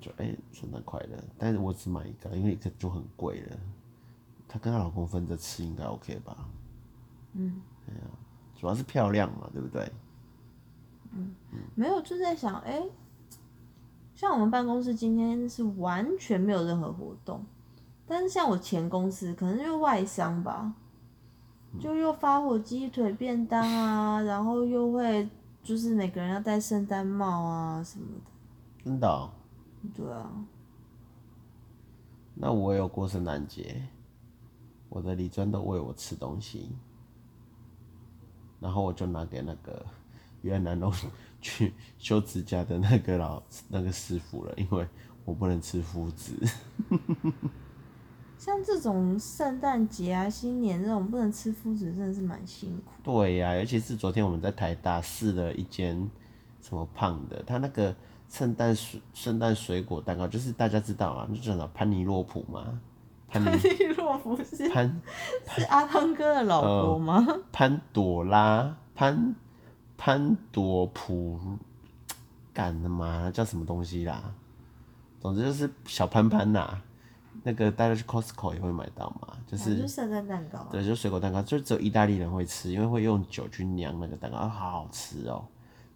Speaker 1: 就哎，圣、诞快乐，但是我只买一个，因为一个就很贵了，她跟她老公分着吃应该 OK 吧？嗯，哎呀，主要是漂亮嘛，对不对？
Speaker 2: 没有就在想，哎、像我们办公室今天是完全没有任何活动，但是像我前公司可能就是外商吧，就又发火鸡腿便当啊，然后又会就是每个人要戴圣诞帽啊什么的，
Speaker 1: 真的哦、
Speaker 2: 对啊，
Speaker 1: 那我也有过圣诞节，我的李专都喂我吃东西，然后我就拿给那个 越南农去修指甲的那个老那个师傅了，因为我不能吃麸子。
Speaker 2: 像这种圣诞节啊、新年这种不能吃麸子，真的是蛮辛苦。
Speaker 1: 对呀、尤其是昨天我们在台大试了一间什么胖的，他那个圣诞水圣诞水果蛋糕，就是大家知道啊，就叫什么潘尼洛普嘛，潘 尼
Speaker 2: 利洛不是
Speaker 1: 潘
Speaker 2: 是阿汤哥的老
Speaker 1: 哦
Speaker 2: 婆吗？
Speaker 1: 潘朵拉潘潘朵普，干的嘛叫什么东西啦？总之就是小潘潘啦、那个大家去 Costco 也会买到嘛，就
Speaker 2: 反正
Speaker 1: 是
Speaker 2: 就圣诞蛋糕啊、
Speaker 1: 对，就水果蛋糕，就只有意大利人会吃，因为会用酒去酿那个蛋糕，啊好好吃哦、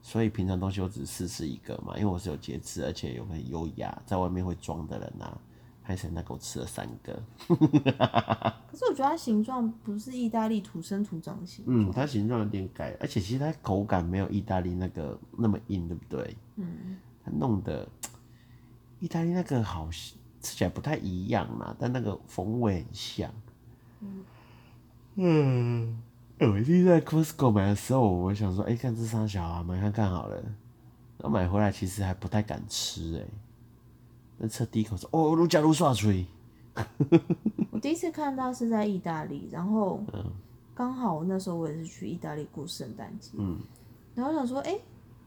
Speaker 1: 所以平常东西我只试吃一个嘛，因为我是有节制，而且有很优雅，在外面会装的人啊。拍成那给我吃了三个，
Speaker 2: 可是我觉得它形状不是意大利土生土长的形状，
Speaker 1: 嗯，它形状有点改，而且其实它口感没有意大利那个那么硬，对不对？
Speaker 2: 嗯，
Speaker 1: 它弄的意大利那个好像吃起来不太一样啦，但那个风味很像。嗯，欸我第一次在 Costco 买的时候，我想说，哎、看这三小啊，买看看好了。然后买回来其实还不太敢吃、哎，那吃第一口说，哦，如假如刷嘴，
Speaker 2: 我第一次看到是在意大利，然后
Speaker 1: 嗯
Speaker 2: 刚好那时候我也是去意大利过圣诞节，
Speaker 1: 嗯，
Speaker 2: 然后想说，哎、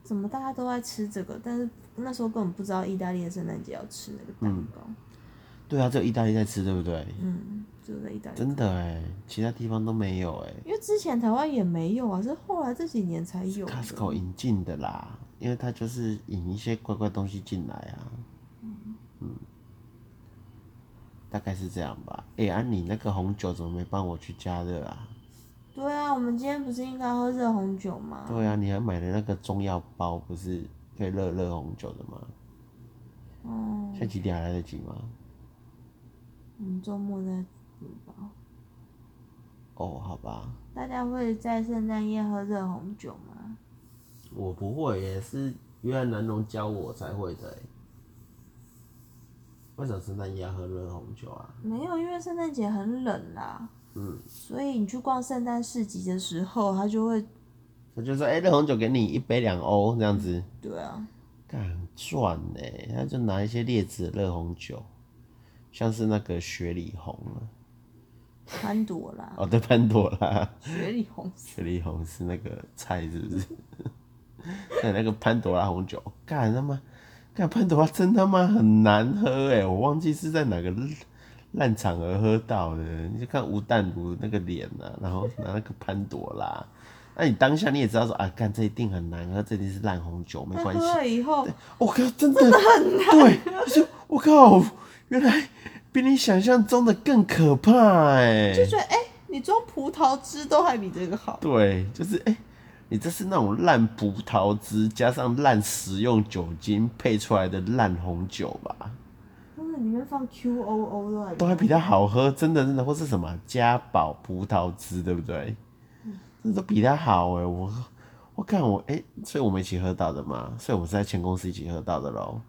Speaker 2: 怎么大家都在吃这个？但是那时候根本不知道意大利的圣诞节要吃那个
Speaker 1: 嗯
Speaker 2: 蛋糕，
Speaker 1: 对啊，只有意大利在吃，对不对？
Speaker 2: 嗯，就在意大利，
Speaker 1: 真的哎、其他地方都没有哎、
Speaker 2: 因为之前台湾也没有啊，是后来这几年才有的。
Speaker 1: Costco 引进的啦，因为它就是引一些怪怪东西进来啊。嗯，大概是这样吧。哎、安、啊、你那个红酒怎么没帮我去加热啊？
Speaker 2: 对啊，我们今天不是应该喝热红酒吗？
Speaker 1: 对啊，你还买了那个中药包，不是可以热热红酒的吗？
Speaker 2: 哦，
Speaker 1: 现在几点还来得及吗？
Speaker 2: 我们周末再煮吧。
Speaker 1: 哦，好吧，
Speaker 2: 大家会在圣诞夜喝热红酒吗？
Speaker 1: 我不会耶，是约翰南龙教我才会的耶。为什么圣诞夜要喝热红酒啊？
Speaker 2: 没有，因为圣诞节很冷啦。嗯。所以你去逛圣诞市集的时候，它就会，
Speaker 1: 他就说：“哎、热红酒给你一杯两欧这样子。
Speaker 2: 对啊，
Speaker 1: 干很赚呢，他就拿一些劣质的热红酒，像是那个雪里红啊，
Speaker 2: 潘朵拉、
Speaker 1: 哦对，潘朵拉，
Speaker 2: 雪里红
Speaker 1: 雪里红是那个菜是不是？ 对，那个潘朵拉红酒，干他妈，干潘朵拉真他妈很难喝哎，我忘记是在哪个烂场合喝到的，你就看吴淡如那个脸啊，然后拿那个潘朵拉。那你当下你也知道说啊，干这一定很难喝，这一定是烂红酒，没
Speaker 2: 那
Speaker 1: 关
Speaker 2: 喝
Speaker 1: 系。
Speaker 2: 了以后，
Speaker 1: 我靠，真的很难。对，就是我靠，原来比你想象中的更可怕哎、
Speaker 2: 就觉得哎、你装葡萄汁都还比这个好。
Speaker 1: 对，就是哎、你这是那种烂葡萄汁加上烂食用酒精配出来的烂红酒吧？
Speaker 2: 真的里面放 QOO 都还
Speaker 1: 都还比它好喝，真的真的，或是什么嘉宝葡萄汁，对不对？这都比它好哎、我我看我哎、所以我们一起喝到的嘛，所以我们是在前公司一起喝到的喽。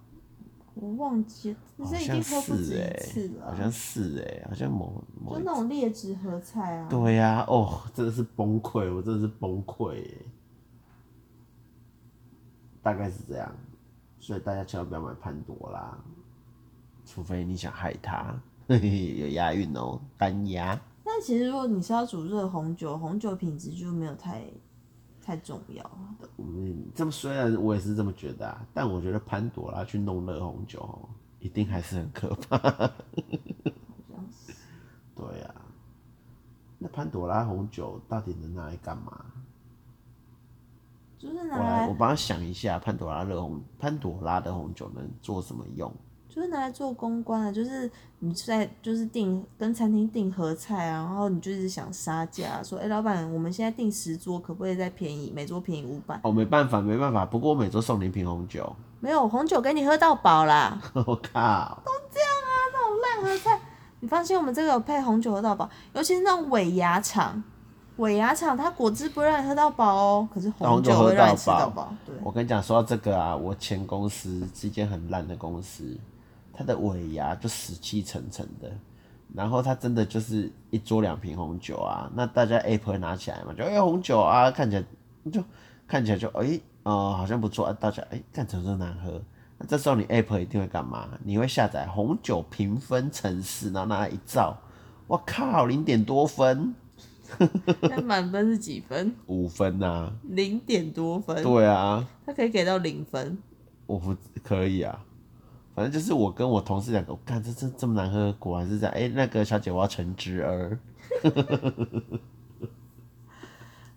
Speaker 2: 我忘记，你
Speaker 1: 好
Speaker 2: 这一定
Speaker 1: 像
Speaker 2: 喝不止
Speaker 1: 是
Speaker 2: 一
Speaker 1: 哎、
Speaker 2: 次了
Speaker 1: 好
Speaker 2: 啊，
Speaker 1: 像是哎、好像某某
Speaker 2: 就
Speaker 1: 一
Speaker 2: 那种劣质合菜啊。
Speaker 1: 对呀、哦，真的是崩溃，我真的是崩溃耶。大概是这样，所以大家千万不要买潘多拉，除非你想害它。嘿嘿， 有押韵哦，单押。
Speaker 2: 但其实如果你是要煮热红酒，红酒品质就没有太太重要了。
Speaker 1: 嗯，这么虽然我也是这么觉得啊，但我觉得潘多拉去弄热红酒哦，一定还是很可怕。
Speaker 2: 这样子
Speaker 1: 对呀、那潘多拉红酒到底能拿来干嘛？
Speaker 2: 就是
Speaker 1: 我
Speaker 2: 拿
Speaker 1: 来，我
Speaker 2: 来
Speaker 1: 帮他想一下，潘多拉热红，潘多拉的红酒能做什么用？
Speaker 2: 就是拿来做公关的，就是你在就是订跟餐厅订合菜啊，然后你就是想杀价，说哎、诶老板，我们现在订十桌，可不可以再便宜，每桌便宜五百？
Speaker 1: 哦，没办法，没办法。不过我每周送你一瓶红酒。
Speaker 2: 没有红酒给你喝到饱啦。
Speaker 1: 我靠！
Speaker 2: 烂合菜，你放心，我们这个有配红酒喝到饱，尤其是那种尾牙场，尾牙场它果汁不会让你喝到饱哦，可是红酒会让你吃到饱。对，
Speaker 1: 我跟你讲，说到这个啊，我前公司是一间很烂的公司，它的尾牙就死气沉沉的，然后它真的就是一桌两瓶红酒啊，那大家 app 会拿起来嘛，就哎、红酒啊，看起来就看起来就哎、哦、好像不错，啊、大家哎看起来真难喝。那这时候你 app 一定会干嘛？你会下载红酒评分城市，然后拿来一照，我靠，零点多分，
Speaker 2: 那满分是几分？
Speaker 1: 五分呐、啊，
Speaker 2: 零点多分，
Speaker 1: 对啊。
Speaker 2: 它可以给到零分。
Speaker 1: 我不可以啊，反正就是我跟我同事两个，我看这这这么难喝，果然是这样。哎、那个小姐，我要橙汁儿。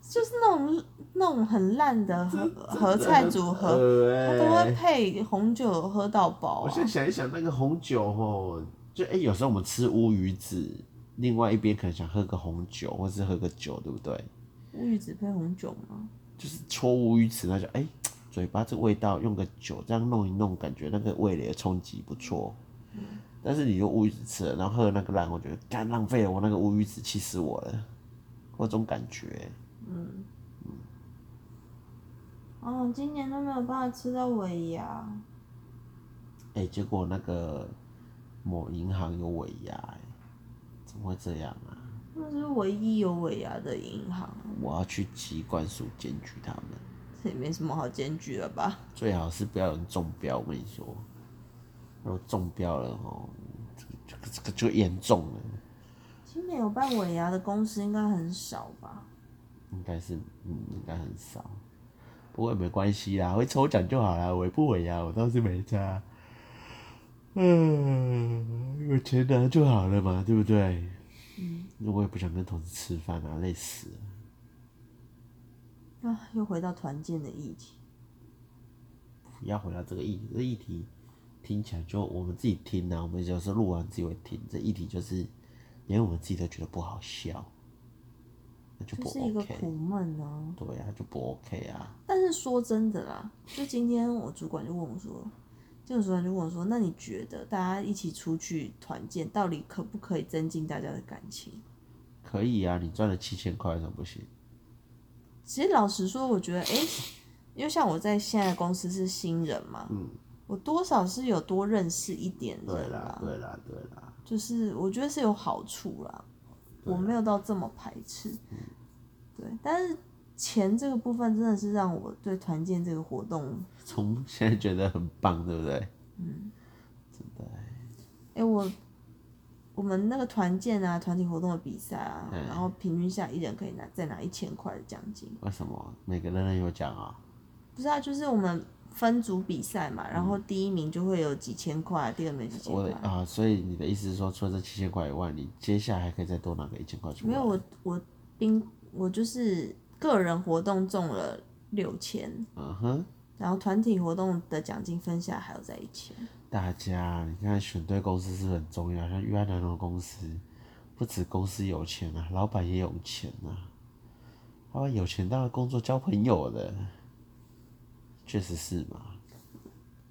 Speaker 2: 就是那种那种很烂的合合菜组合，它
Speaker 1: 呃
Speaker 2: 都会配红酒喝到饱
Speaker 1: 我
Speaker 2: 啊
Speaker 1: 现。在想一想，那个红酒哦，就哎、诶有时候我们吃乌鱼子，另外一边可能想喝个红酒，或是喝个酒，对不对？
Speaker 2: 乌鱼子配红酒吗？
Speaker 1: 就是搓乌鱼子，那就哎、诶嘴巴这味道用个酒这样弄一弄，感觉那个味蕾的冲击不错。但是你用乌鱼子吃了，然后喝了那个烂，我觉得干浪费了我那个乌鱼子，气死我了，我有这种感觉。
Speaker 2: 哦，今年都没有办法吃到尾牙，
Speaker 1: 哎、结果那个某银行有尾牙、欸，怎么会这样啊？
Speaker 2: 那是唯一有尾牙的银行，
Speaker 1: 我要去机关署检举他们，
Speaker 2: 这也没什么好检举了吧？
Speaker 1: 最好是不要有人中标。我跟你说，如果中标了哦，这个这个就严重了，
Speaker 2: 今年有办尾牙的公司应该很少吧？
Speaker 1: 应该是嗯，应该很少。不过也没关系啦，会抽奖就好啦，尾不尾呀，我倒是没差。嗯，有钱拿就好了嘛，对不对？嗯。我也不想跟同事吃饭啊，累死了。
Speaker 2: 啊，又回到团建的议题。
Speaker 1: 不要回到这个议题，这议题听起来就我们自己听啊，我们有时候录完自己会听。这议题就是连我们自己都觉得不好笑，那就
Speaker 2: 就
Speaker 1: 不
Speaker 2: 是一个
Speaker 1: OK。
Speaker 2: 苦闷啊。
Speaker 1: 对啊，就不 OK 啊。
Speaker 2: 但是说真的啦，就今天我主管就问我说，这个主管就问我说，那你觉得大家一起出去团建，到底可不可以增进大家的感情？
Speaker 1: 可以啊，你赚了七千块，为什么不行？
Speaker 2: 其实老实说，我觉得，诶，因为像我在现在的公司是新人嘛，我多少是有多认识一点
Speaker 1: 嗯对
Speaker 2: 人
Speaker 1: 啦
Speaker 2: 啦，，
Speaker 1: 对啦，对啦。
Speaker 2: 就是我觉得是有好处啦，我没有到这么排斥，
Speaker 1: 嗯
Speaker 2: 对，但是钱这个部分真的是让我对团建这个活动
Speaker 1: 从现在觉得很棒，对不对？
Speaker 2: 哎、我我们那个团建啊，团体活动的比赛啊，
Speaker 1: 嗯
Speaker 2: 然后平均下一人可以拿再拿一千块的奖金。
Speaker 1: 为什么每个人都有奖啊？
Speaker 2: 不是啊，就是我们分组比赛嘛，然后第一名就会有几千块，第二名几
Speaker 1: 嗯
Speaker 2: 千
Speaker 1: 我的
Speaker 2: 块。
Speaker 1: 啊，所以你的意思是说，除了这七千块以外，你接下来还可以再多拿个一千块出来？
Speaker 2: 没有我我冰我就是个人活动中了六千，
Speaker 1: 嗯哼，
Speaker 2: 然后团体活动的奖金分下来还有在一千。
Speaker 1: 大家你看选对公司是很重要，像约翰南农公司，不止公司有钱啊，老板也有钱啊，老板有钱当然工作交朋友的，确实是嘛，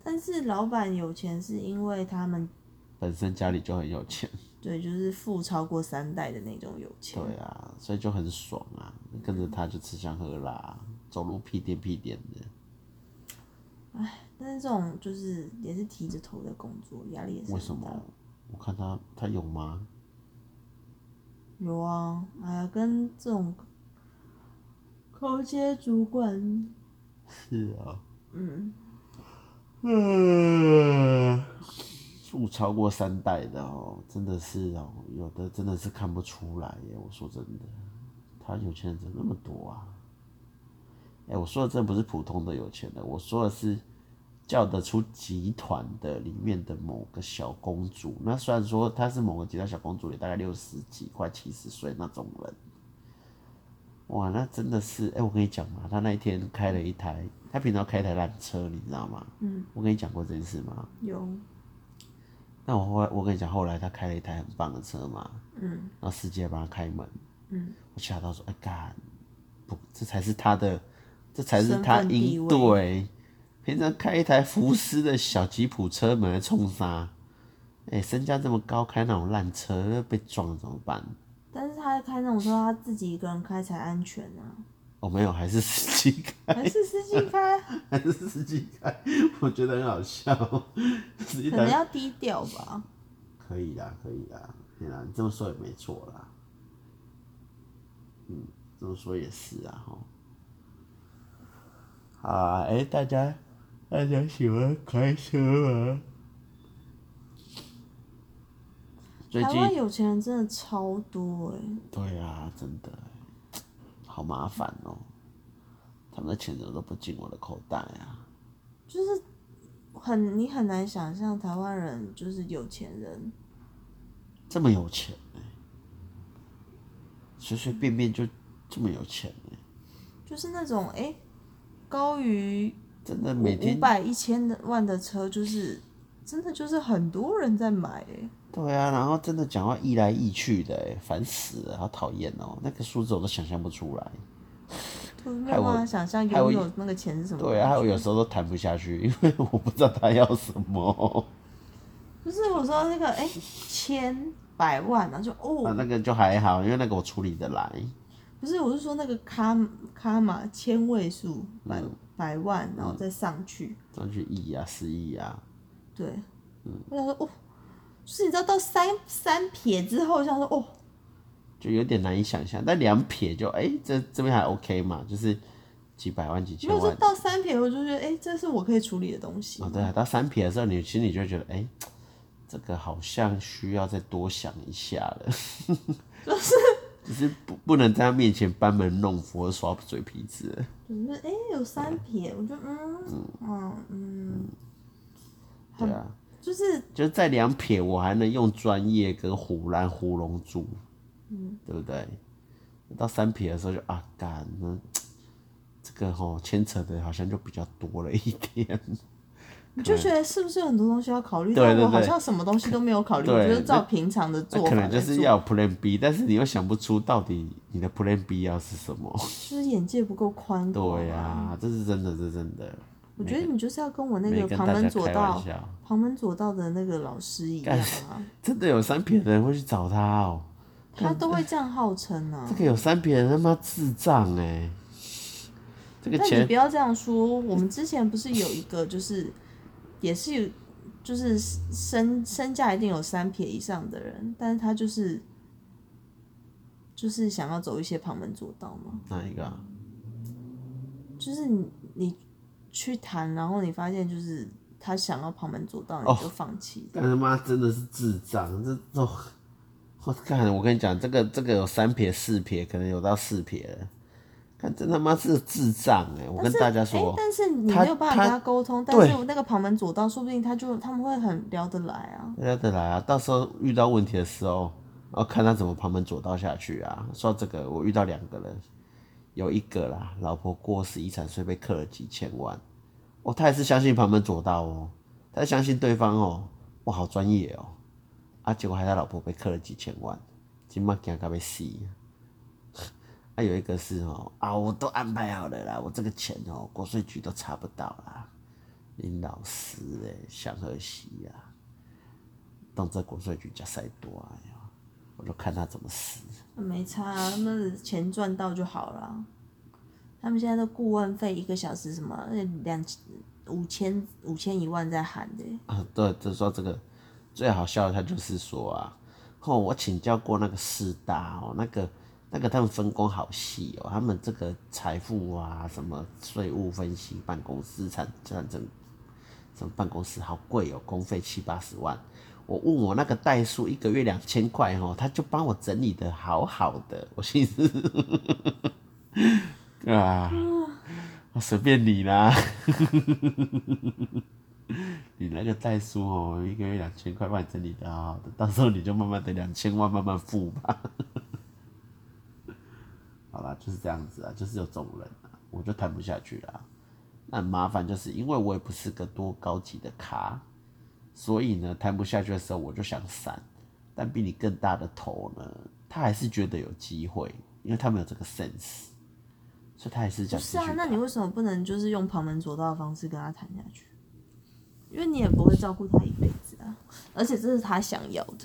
Speaker 2: 但是老板有钱是因为他们
Speaker 1: 本身家里就很有钱。
Speaker 2: 对就是富超过三代的那种有钱。
Speaker 1: 对啊，所以就很爽啊，跟着他就吃香喝辣，啊走路屁颠屁颠的。
Speaker 2: 但是这种就是也是提着头在工作，压力也是啊
Speaker 1: 为
Speaker 2: 很
Speaker 1: 什
Speaker 2: 大
Speaker 1: 么？我看他他有吗？
Speaker 2: 有啊，哎呀，跟这种高阶主管，
Speaker 1: 是啊，嗯，嗯，住超过三代的哦，真的是哦，有的真的是看不出来耶。我说真的，他有钱人怎么那么多啊？哎、我说的这不是普通的有钱人，我说的是叫得出集团的里面的某个小公主。那虽然说她是某个集团小公主里大概六十几、快七十岁那种人，哇，那真的是，哎、我跟你讲嘛，他那一天开了一台，他平常开一台烂车，你知道吗？嗯，我跟你讲过这件事吗？
Speaker 2: 有
Speaker 1: 那我后来，我跟你讲，后来他开了一台很棒的车嘛，嗯，然后司机还帮他开门，嗯，我吓到说，哎、干，不，这才是他的，这才是
Speaker 2: 身
Speaker 1: 他
Speaker 2: 份地
Speaker 1: 应
Speaker 2: 位
Speaker 1: 对。平常开一台福斯的小吉普车门来冲杀，哎、身价这么高，开那种烂车被撞了怎么办？
Speaker 2: 但是他开那种车，他自己一个人开才安全啊，
Speaker 1: 哦，没有，还是司机开。
Speaker 2: 还是司机 开，
Speaker 1: 还是司机开， 我觉得很好笑。司机
Speaker 2: 可能
Speaker 1: 开
Speaker 2: 要低调吧。
Speaker 1: 可以啦，可以啦，对啦，你这么说也没错啦。嗯，这么说也是啊，吼。好啊，哎、大家，大家喜欢开车吗？最
Speaker 2: 台
Speaker 1: 近
Speaker 2: 湾有钱人真的超多哎、
Speaker 1: 对啊，真的，好麻烦哦、他们的钱怎么都不进我的口袋啊？
Speaker 2: 就是很你很难想象台湾人就是有钱人，
Speaker 1: 这么有钱、欸，随随便便就这么有钱、欸，
Speaker 2: 就是那种哎、高于
Speaker 1: 真的每
Speaker 2: 五
Speaker 1: 天
Speaker 2: 百一千的万的车，就是真的就是很多人在买哎、
Speaker 1: 对啊，然后真的讲话意
Speaker 2: 嗯
Speaker 1: 来意去的、欸，烦死了，好讨厌哦！那个数字我都想象不出来，
Speaker 2: 我没
Speaker 1: 害
Speaker 2: 有
Speaker 1: 我
Speaker 2: 办法想象
Speaker 1: 害我
Speaker 2: 拥有那个钱是什么感觉。
Speaker 1: 对啊，还有有时候都谈不下去， 因为我不知道他要什么。
Speaker 2: 不是我说那个哎、千百万啊，就哦，
Speaker 1: 那那个就还好，因为那个我处理得来。
Speaker 2: 不是我是说那个卡卡嘛，千位数百、
Speaker 1: 嗯
Speaker 2: 百万，然后再上去，
Speaker 1: 上去亿啊，十亿啊，
Speaker 2: 对，
Speaker 1: 嗯
Speaker 2: 我想说哦，就是你知道到三三撇之后，我想说哦，
Speaker 1: 就有点难以想象。但两撇就哎、这这边还 OK 嘛，就是几百万、几千
Speaker 2: 没有就
Speaker 1: 万。
Speaker 2: 到三撇，我就觉得哎、这是我可以处理的东西，
Speaker 1: 哦，对啊，到三撇的时候，你其实你就会觉得，哎、这个好像需要再多想一下了。 就是，只是不不能在他面前班门弄斧、耍嘴皮子了。
Speaker 2: 就是哎、有三撇，我就嗯嗯嗯，
Speaker 1: 对啊，
Speaker 2: 就是
Speaker 1: 就是在两撇，我还能用专业跟胡乱糊弄住，嗯，对不对？到三撇的时候就啊，干那这个吼牵扯的好像就比较多了一点，
Speaker 2: 你就觉得是不是有很多东西要考
Speaker 1: 嗯
Speaker 2: 虑，
Speaker 1: 对
Speaker 2: 但
Speaker 1: 对
Speaker 2: 我好
Speaker 1: 对
Speaker 2: 像什么东西都没有考虑，
Speaker 1: 对
Speaker 2: 我就是照
Speaker 1: 那
Speaker 2: 平常的
Speaker 1: 那
Speaker 2: 做
Speaker 1: 可
Speaker 2: 法
Speaker 1: 能就
Speaker 2: 来
Speaker 1: 是
Speaker 2: 做，
Speaker 1: 要有 Plan B，但是你又想不出到底你的 Plan B 要是什么。
Speaker 2: 就是眼界不够宽广，啊
Speaker 1: 对呀、这是真的，这是真的。
Speaker 2: 我觉得你就是要跟我那
Speaker 1: 没
Speaker 2: 个
Speaker 1: 跟
Speaker 2: 旁
Speaker 1: 大家
Speaker 2: 门左
Speaker 1: 开
Speaker 2: 道
Speaker 1: 玩笑，
Speaker 2: 旁门左道的那个老师一样 啊，
Speaker 1: 真的有三撇的人会去找他哦、
Speaker 2: 他都会这样号称啊
Speaker 1: 这。个有三撇的人他妈智障哎、这个
Speaker 2: 但你
Speaker 1: 钱
Speaker 2: 不要这样说，我们之前不是有一个就是也是有就是身身价一定有三撇以上的人，但是他就是就是想要走一些旁门左道嘛，
Speaker 1: 哪一个、啊？
Speaker 2: 就是你你去谈，然后你发现就是他想要旁门左道，
Speaker 1: 哦
Speaker 2: 你就放弃。
Speaker 1: 但他妈真的是智障，这这，我看我跟你讲，这个这个有三撇四撇，可能有到四撇了，看这他妈是智障哎、我
Speaker 2: 但
Speaker 1: 跟
Speaker 2: 是
Speaker 1: 大家
Speaker 2: 哎、
Speaker 1: 说，
Speaker 2: 但是你
Speaker 1: 他
Speaker 2: 没有办法
Speaker 1: 他
Speaker 2: 跟他沟通，但
Speaker 1: 对
Speaker 2: 是那个旁门左道，说不定他就他们会很聊得来啊。
Speaker 1: 大家得来啊，到时候遇到问题的时候，要看他怎么旁门左道下去啊。说到这个，我遇到两个人，有一个啦，老婆过世遗产税被克了几千万，哦，他也是相信旁门左道哦，他相信对方哦，哇，好专业哦，啊，结果害他老婆被克了几千万，今麦惊到要死。啊，有一个是哦，啊，我都安排好了啦，我这个钱哦，国税局都查不到啦。林老师哎、祥和啊熙呀、当这国税局加塞多啊哎呀，我就看他怎么死。
Speaker 2: 没差、啊，他们钱赚到就好了。啊他们现在的顾问费一个小时什么两五千五千一万在喊的，
Speaker 1: 啊，对，就说这个最好笑的，他就是说啊，哦，我请教过那个师大哦，那个那个他们分工好细哦，他们这个财富啊，什么税务分析办公室产产证，什么办公室好贵哦，工费七八十万。我问我那个代数一个月两千块哦，他就帮我整理的好好的，我心思 啊，我随便你啦。 你那个代书哦，一个月两千块帮你整理的好好的，到时候你就慢慢的两千万慢慢付吧。 好啦，就是这样子啊，就是有这种人啊，我就谈不下去啦。那很麻烦就是因为我也不是个多高级的咖，所以呢谈不下去的时候我就想闪，但比你更大的头呢，他还是觉得有机会，因为他没有这个 sense，所以他还是
Speaker 2: 不
Speaker 1: 讲
Speaker 2: 是啊？那你为什么不能就是用旁门左道的方式跟他谈下去？因为你也不会照顾他一辈子啊，而且这是他想要的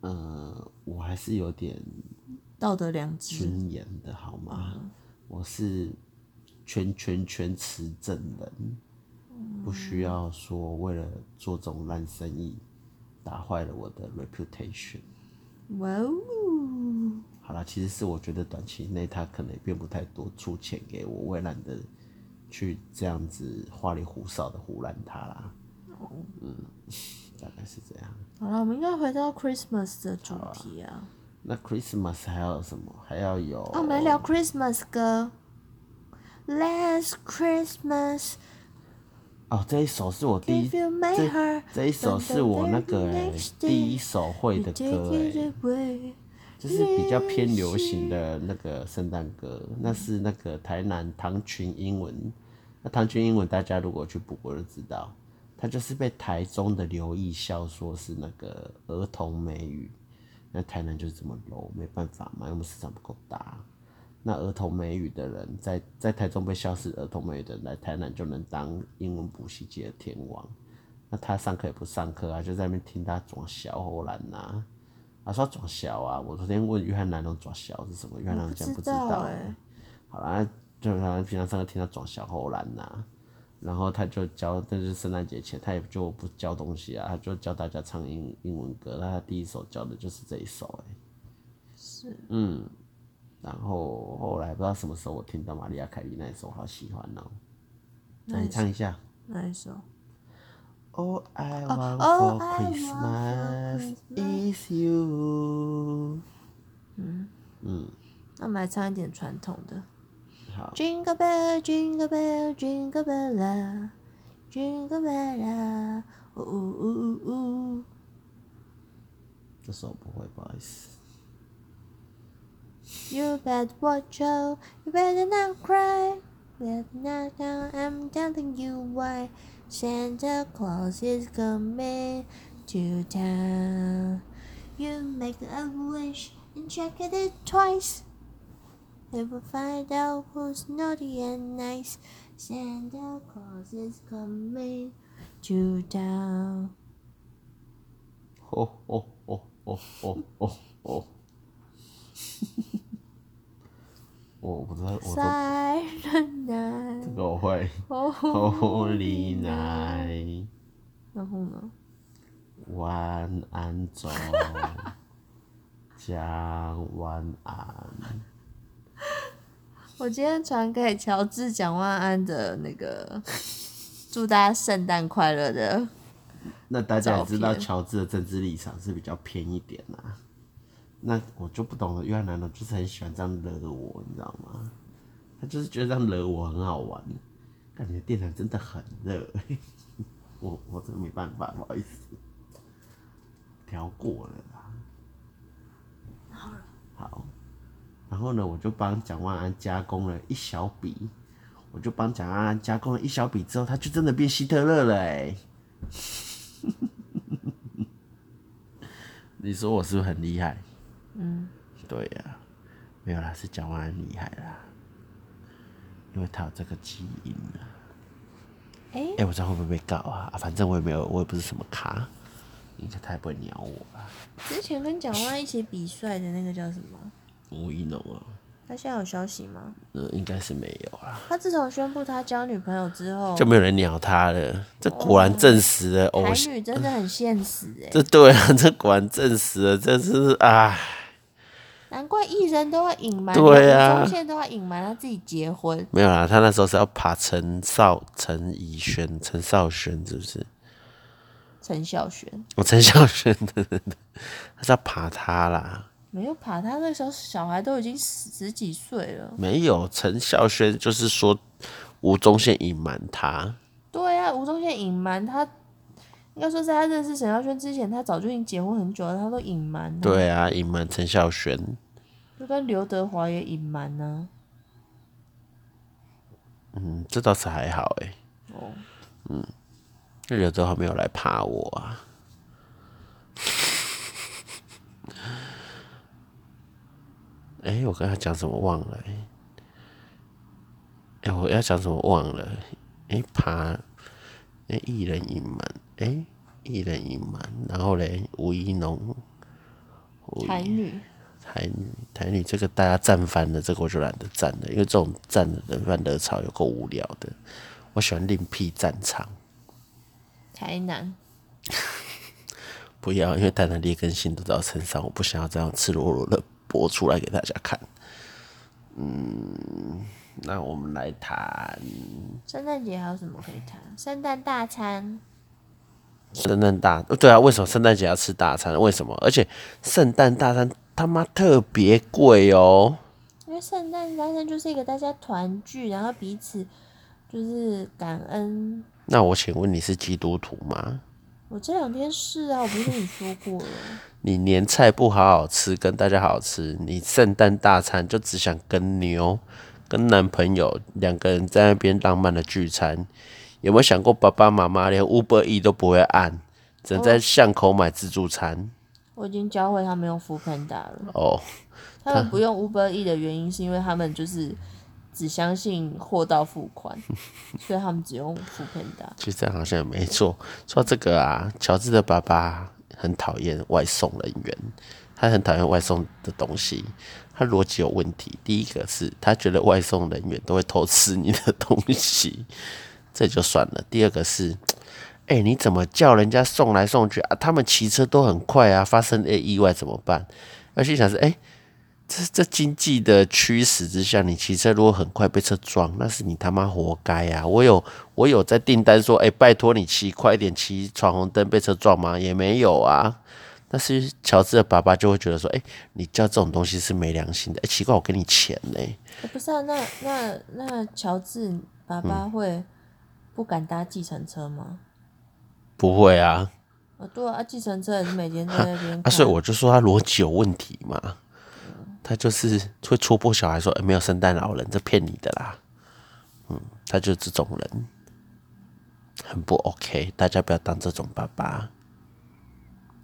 Speaker 1: 呃，我还是有点
Speaker 2: 道德良知。
Speaker 1: 尊严的好吗？
Speaker 2: 嗯
Speaker 1: 我是全全全持证人，不需要说为了做这种烂生意，打坏了我的 reputation。
Speaker 2: 哇哦！
Speaker 1: 好啦，其实是我觉得短期内他可能也变不太多出钱给我，我也懒得去这样子花里胡哨的胡乱他啦。
Speaker 2: 哦
Speaker 1: 嗯，大概是这样。
Speaker 2: 好了，我们应该回到 Christmas 的主题啊。
Speaker 1: 那 Christmas 还要有什么？还要有
Speaker 2: 哦那我们来聊 Christmas 歌。Last Christmas,
Speaker 1: 哦，这一首是我第一
Speaker 2: if you made
Speaker 1: 这
Speaker 2: her,
Speaker 1: 这一首是我那个、欸、第一首会的
Speaker 2: you
Speaker 1: 歌、
Speaker 2: take
Speaker 1: 欸，
Speaker 2: it away。
Speaker 1: 就是比较偏流行的那个圣诞歌，那是那个台南唐群英文。那唐群英文大家如果去补过就知道，他就是被台中的刘义笑说是那个儿童美语，那台南就是这么 low，没办法嘛，因为我们市场不够大。那儿童美语的人在在台中被消失，儿童美语的人来台南就能当英文补习界的天王。那他上课也不上课啊，就在那边听他装小火兰呐，啊说装小啊，我昨天问约翰南龙装小是什么，约翰南龙讲
Speaker 2: 不
Speaker 1: 不
Speaker 2: 知
Speaker 1: 知
Speaker 2: 道
Speaker 1: 道、
Speaker 2: 欸
Speaker 1: 好啦，就他平常上课听他装小火兰呐、然后他就教，但是圣诞节前他也就不教东西啊，他就教大家唱英英文歌，那他第一首教的就是这一首、欸，
Speaker 2: 是
Speaker 1: 然后后来不知道什么时候我听到玛利亚凯莉那一首，我好喜欢哦。那
Speaker 2: 哪
Speaker 1: 你
Speaker 2: 一
Speaker 1: 唱一下。
Speaker 2: 哪一首？
Speaker 1: All Oh, I want
Speaker 2: want
Speaker 1: for
Speaker 2: for Christmas
Speaker 1: Christmas is you。
Speaker 2: 那我们来唱一点传统的。
Speaker 1: 嗯好，
Speaker 2: Jingle bell, jingle bell, jingle bell la, jingle bell la, 呜呜呜呜呜。
Speaker 1: 这首我不会，不好意思。
Speaker 2: You better watch out, you better not cry, better not down, I'm telling you why. Santa Claus is coming to town. You make a wish and check it twice. They will find out who's naughty and nice. Santa Claus is coming to town.
Speaker 1: 哦哦哦哦哦哦哦。 我不知道，我都
Speaker 2: Silent
Speaker 1: 这
Speaker 2: night.
Speaker 1: 个我会。Holy night，
Speaker 2: 然后呢？
Speaker 1: 晚安中，讲晚安。
Speaker 2: 我今天传给乔治蒋万安的那个祝大家圣诞快乐的，
Speaker 1: 那大家也知
Speaker 2: 照
Speaker 1: 道
Speaker 2: 片
Speaker 1: 乔治的政治立场是比较偏一点啦、那我就不懂了，越南人就是很喜欢这样惹我，你知道吗？他就是觉得这样惹我很好玩，感觉电台真的很热， 我我真的没办法，不好意思，调过了啦。好了。好，然后呢，我就帮蒋万安加工了一小笔，我就帮蒋万安加工了一小笔之后，他就真的变希特勒了哎、你说我是不是很厉害？嗯，对呀、没有啦，是蒋万安厉害啦，因为他有这个基因啊。
Speaker 2: 哎、
Speaker 1: 哎、我这样会不会被告啊？啊反正我也没有，我也不是什么咖，应该他也不会鸟我啊啦。
Speaker 2: 之前跟蒋万安一起比赛的那个叫什么？
Speaker 1: 吴一农啊，
Speaker 2: 他现在有消息吗？
Speaker 1: 嗯，应该是没有啦，
Speaker 2: 他自从宣布他交女朋友之
Speaker 3: 哦
Speaker 2: 后，
Speaker 1: 就没有人鸟他了。这果然证实了偶
Speaker 2: 台
Speaker 1: 像，
Speaker 2: 女真的很现实哎、
Speaker 1: 这对啊， 这果然证实了，这是啊，
Speaker 2: 难怪艺人都要隐瞒，
Speaker 1: 对啊
Speaker 2: 中线都要隐瞒他自己结婚。
Speaker 1: 没有啦，他那时候是要爬陈少、陈怡轩、陈少轩，是不是？
Speaker 2: 陈小璇
Speaker 1: 我陈孝萱， 对对对，他是要爬他啦。
Speaker 2: 没有爬，他那时候小孩都已经十十几岁了。
Speaker 1: 没有，陈孝萱就是说吴宗宪隐瞒他，
Speaker 2: 对啊，吴宗宪隐瞒他，应该说在他认识沈耀轩之前，他早就已经结婚很久了，他都隐瞒了。，
Speaker 1: 对啊，隐瞒陈孝萱，
Speaker 2: 就跟刘德华也隐瞒啊呢、
Speaker 1: 嗯，这倒是还好哎、
Speaker 2: 哦，
Speaker 1: 那刘德华没有来爬我啊。 哎、我刚才讲什么忘了、欸？哎、我要讲什么忘了、哎、爬，哎、艺人隐瞒，哎、艺人隐瞒，然后嘞，吴一农，吴
Speaker 2: 台女
Speaker 1: 台女，台女这个大家站翻了，这个我就懒得站了，因为这种站的人翻热潮有够无聊的。我喜欢另辟战场，
Speaker 2: 台南，
Speaker 1: 不要，因为台南劣根性都在我身上，我不想要这样赤裸裸的播出来给大家看。嗯，那我们来谈
Speaker 2: 圣诞节还有什么可以谈？圣诞大餐，
Speaker 1: 圣诞大，呃对啊，为什么圣诞节要吃大餐？为什么？而且圣诞大餐他妈特别贵哦。
Speaker 2: 因为圣诞大餐就是一个大家团聚，然后彼此就是感恩。
Speaker 1: 那我请问你是基督徒吗？
Speaker 2: 我这两天是啊，我不是跟你说过了，
Speaker 1: 你年菜不好好吃，跟大家好好吃，你圣诞大餐就只想跟妞、跟男朋友两个人在那边浪漫的聚餐，有没有想过爸爸妈妈连 Uber E 都不会按，只能在巷口买自助餐
Speaker 2: 我已经教会他们用 f o o Panda 了。
Speaker 1: 哦？
Speaker 2: 他们不用 Uber E 的原因是因为他们就是只相信货到付款， 所以他们只用 f o o p a n d a
Speaker 1: 其实这样好像也没错。说到这个啊，乔治的爸爸很讨厌外送人员，他很讨厌外送的东西。他逻辑有问题。第一个是他觉得外送人员都会偷吃你的东西，这就算了。第二个是，哎、你怎么叫人家送来送去啊？他们骑车都很快啊，发生诶意外怎么办？而且想是，哎、这这经济的驱使之下，你骑车如果很快被车撞，那是你他妈活该啊！我有我有在订单说，哎、拜托你骑快一点，骑闯红灯被车撞吗？也没有啊。但是乔治的爸爸就会觉得说，哎、你叫这种东西是没良心的。哎、奇怪，我给你钱呢、
Speaker 2: 欸不是啊，那那那乔治爸
Speaker 1: 嗯
Speaker 2: 爸会不敢搭计程车吗？
Speaker 1: 不会啊，
Speaker 2: 哦，对啊，啊计程车也是每天在那边
Speaker 1: 啊，所以
Speaker 2: 看
Speaker 1: 我就说他逻辑有问题嘛。他就是会戳破小孩说，哎、没有圣诞老人，这骗你的啦。嗯，他就是这种人，很不 OK，大家不要当这种爸爸。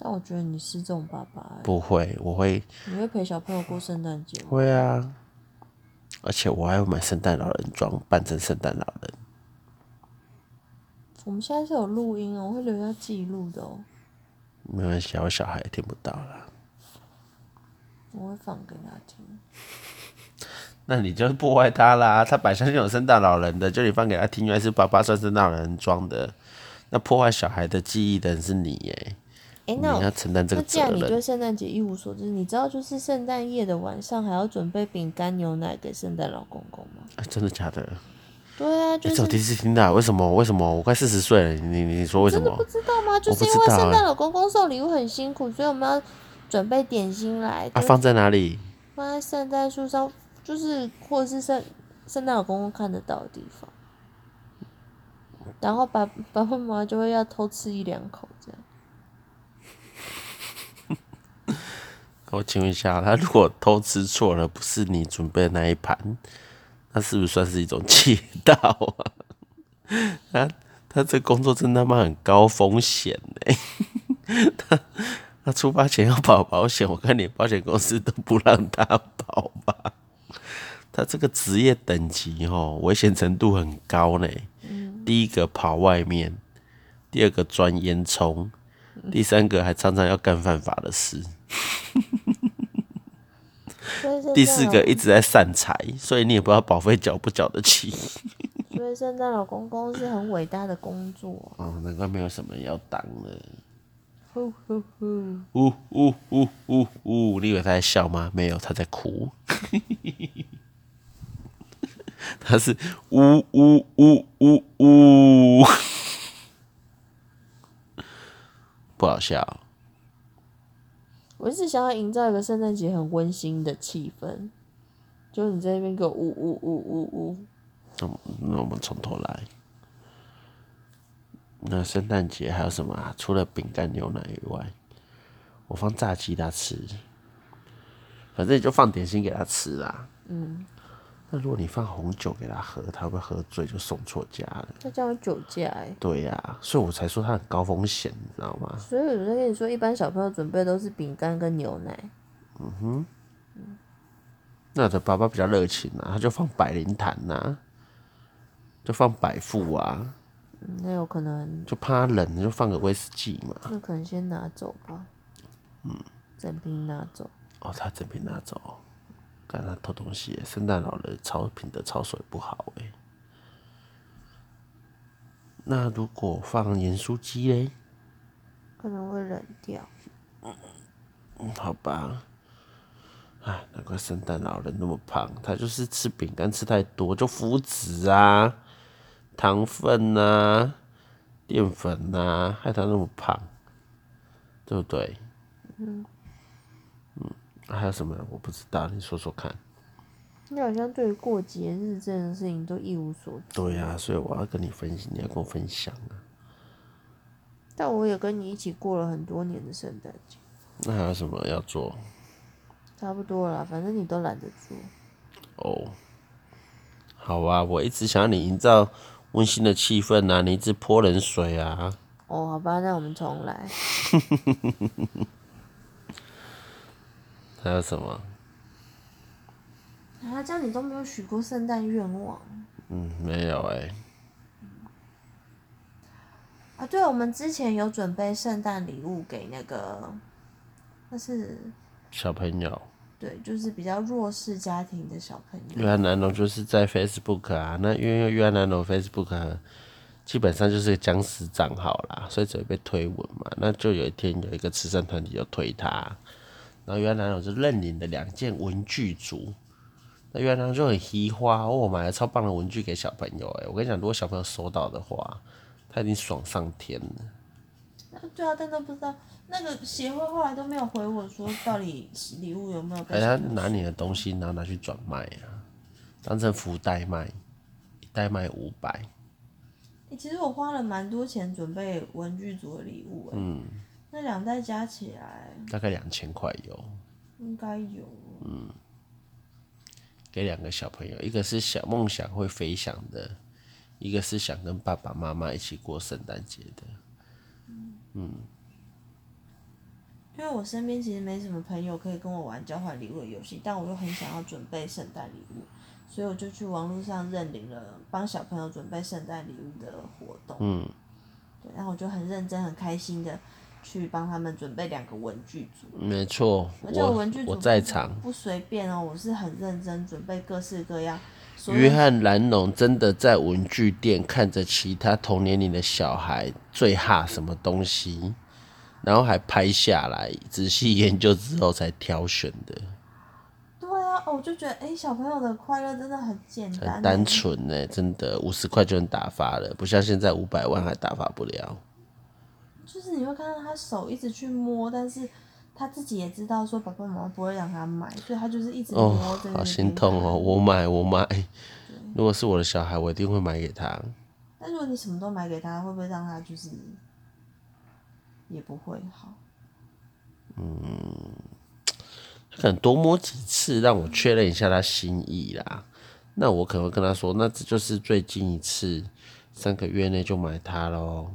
Speaker 2: 但我觉得你是这种爸爸、欸，
Speaker 1: 不会，我会
Speaker 2: 你会陪小朋友过圣诞节吗？
Speaker 1: 会啊，而且我还会买圣诞老人装，扮成圣诞老人。
Speaker 2: 我们现在是有录音哦，我会留下记录的哦，
Speaker 1: 没关系啊，我小孩也听不到啦。
Speaker 2: 我会放给他听。
Speaker 1: 那你就是破坏他啦。他本身就有圣诞老人的，就你放给他听，原来是爸爸算圣诞老人装的。那破坏小孩的记忆的人是你耶，
Speaker 2: 哎、
Speaker 1: 你
Speaker 2: 那我
Speaker 1: 要承担这
Speaker 2: 那
Speaker 1: 个
Speaker 2: 既
Speaker 1: 责
Speaker 2: 然你
Speaker 1: 任。
Speaker 2: 对圣诞节一无所知，你知道就是圣诞夜的晚上还要准备饼干、牛奶给圣诞老公公吗？
Speaker 1: 哎真的假的？哎
Speaker 2: 对啊，就
Speaker 1: 这
Speaker 2: 是
Speaker 1: 我第一次听到，为什么？为什么？我快四十岁了，你你你说为什
Speaker 2: 真的不
Speaker 1: 么？
Speaker 2: 知道吗？就是因
Speaker 1: 我不
Speaker 2: 为
Speaker 1: 知道
Speaker 2: 圣
Speaker 1: 欸
Speaker 2: 诞老公公送礼物很辛苦，所以我们要准备点心来，
Speaker 1: 啊，
Speaker 2: 就是
Speaker 1: 放在哪里？
Speaker 2: 放在圣诞树上，就是或者是圣圣诞老公公看得到的地方。然后爸爸爸妈妈就会要偷吃一两口这样。
Speaker 1: 我请问一下，他如果偷吃错了，不是你准备的那一盘，那是不是算是一种窃盗啊？ 他他这工作真他妈很高风险呢、 他他出发前要保保险，我看连保险公司都不让他保吧。他这个职业等级哦，危险程度很高呢、第一个跑外面，第二个钻烟囱，第三个还常常要干犯法的事。
Speaker 2: 所以圣诞
Speaker 1: 第四个
Speaker 2: 老
Speaker 1: 一直在散财，所以你也不知道保费缴不缴得起。
Speaker 2: 所以圣诞老公公是很伟大的工作。
Speaker 1: 哦，难怪没有什么要当的。
Speaker 2: 呼呼呼！
Speaker 1: 呜呜呜呜呜！你以为他在笑吗？没有，他在哭。 他是呜呜呜呜呜， 不好笑。
Speaker 2: 我一直想要营造一个圣诞节很温馨的气氛，就你在那边给我呜呜呜呜呜，
Speaker 1: 那我们那我们从头来。那圣诞节还有什么啊？除了饼干、牛奶以外，我放炸鸡他吃，反正你就放点心给他吃啦。嗯。那如果你放红酒给他喝，他会不会喝醉就送错家了。
Speaker 2: 那这样会酒驾哎、
Speaker 1: 对呀、所以我才说他很高风险，你知道吗？
Speaker 2: 所以我在跟你说，一般小朋友准备都是饼干跟牛奶。
Speaker 1: 那我的爸爸比较热情啊，他就放百灵坛呐、就放百富啊，
Speaker 2: 嗯那有可能，
Speaker 1: 就怕他冷，就放个威士忌嘛。
Speaker 2: 那可能先拿走吧。嗯，整瓶拿走。
Speaker 1: 哦，他整瓶拿走，干他偷东西耶！圣诞老人超品德操守也不好哎。那如果放盐酥鸡嘞？
Speaker 2: 可能会冷掉。
Speaker 1: 嗯，好吧。哎，难怪圣诞老人那么胖，他就是吃饼干吃太多，就麸质啊、糖分啊、淀粉啊，害他那么胖，对不对？嗯。还有什么？我不知道，你说说看。
Speaker 2: 你好像对于过节日这件事情都一无所知，
Speaker 1: 对呀、所以我要跟你分析，你要跟我分享啊。
Speaker 2: 但我也跟你一起过了很多年的圣诞节，
Speaker 1: 那还有什么要做？
Speaker 2: 差不多啦，反正你都懒得做。
Speaker 1: 哦，好啊，我一直想要你营造温馨的气氛啊，你一直泼冷水啊。
Speaker 2: 哦，好吧，那我们重来。
Speaker 1: 还有什么？
Speaker 2: 啊，这样你都没有许过圣诞愿望
Speaker 1: 嗯，没有哎、
Speaker 2: 啊？对，我们之前有准备圣诞礼物给那个，那是
Speaker 1: 小朋友，
Speaker 2: 对，就是比较弱势家庭的小朋友。
Speaker 1: 越南南龙就是在 Facebook 啊，那因为越南南龙 Facebook 基本上就是个僵尸账号啦，所以只会被推文嘛。那就有一天有一个慈善团体就推他，然后越南南龙就认领了两件文具组。那越南南龙就很稀花，哦，我买了超棒的文具给小朋友、欸，我跟你讲，如果小朋友收到的话，他已经爽上天了。
Speaker 2: 啊对啊，但都不知道那个协会后来都没有回我说到底礼物有没有
Speaker 1: 哎，
Speaker 2: 被小
Speaker 1: 他
Speaker 2: 朋友
Speaker 1: 拿你的东西，然后拿去转卖啊，当成福袋卖，一袋卖五百。
Speaker 2: 欸，其实我花了蛮多钱准备文具组的礼物、欸，嗯，那两袋加起来
Speaker 1: 大概两千块有，
Speaker 2: 应该有，
Speaker 1: 给两个小朋友，一个是想梦想会飞翔的，一个是想跟爸爸妈妈一起过圣诞节的。
Speaker 2: 因为我身边其实没什么朋友可以跟我玩交换礼物的游戏，但我又很想要准备圣诞礼物，所以我就去网络上认领了帮小朋友准备圣诞礼物的活动，嗯，对，然后我就很认真、很开心的去帮他们准备两个文具组，
Speaker 1: 没错，
Speaker 2: 而且我
Speaker 1: 我
Speaker 2: 文具组
Speaker 1: 我
Speaker 2: 不
Speaker 1: 在
Speaker 2: 是
Speaker 1: 场。
Speaker 2: 不随便哦，我是很认真准备各式各样。所有
Speaker 1: 约翰·兰农真的在文具店看着其他同年龄的小孩最哈什么东西，然后还拍下来，仔细研究之后才挑选的。
Speaker 2: 对啊，哦我就觉得，哎、小朋友的快乐真的很简单、欸
Speaker 1: 很单。纯呢、真的五十块就能打发了，不像现在五百万还打发不了。
Speaker 2: 就是你会看到他手一直去摸，但是他自己也知道说爸爸妈妈不会让他买，所以他就是一直摸
Speaker 1: 哦
Speaker 2: 在那边、，
Speaker 1: 好心痛哦！我买，我买。如果是我的小孩，我一定会买给他。
Speaker 2: 但如果你什么都买给他，会不会让他就是也不会好？
Speaker 1: 可能多摸几次，让我确认一下他心意啦。那我可能会跟他说，那这就是最近一次，三个月内就买它喽。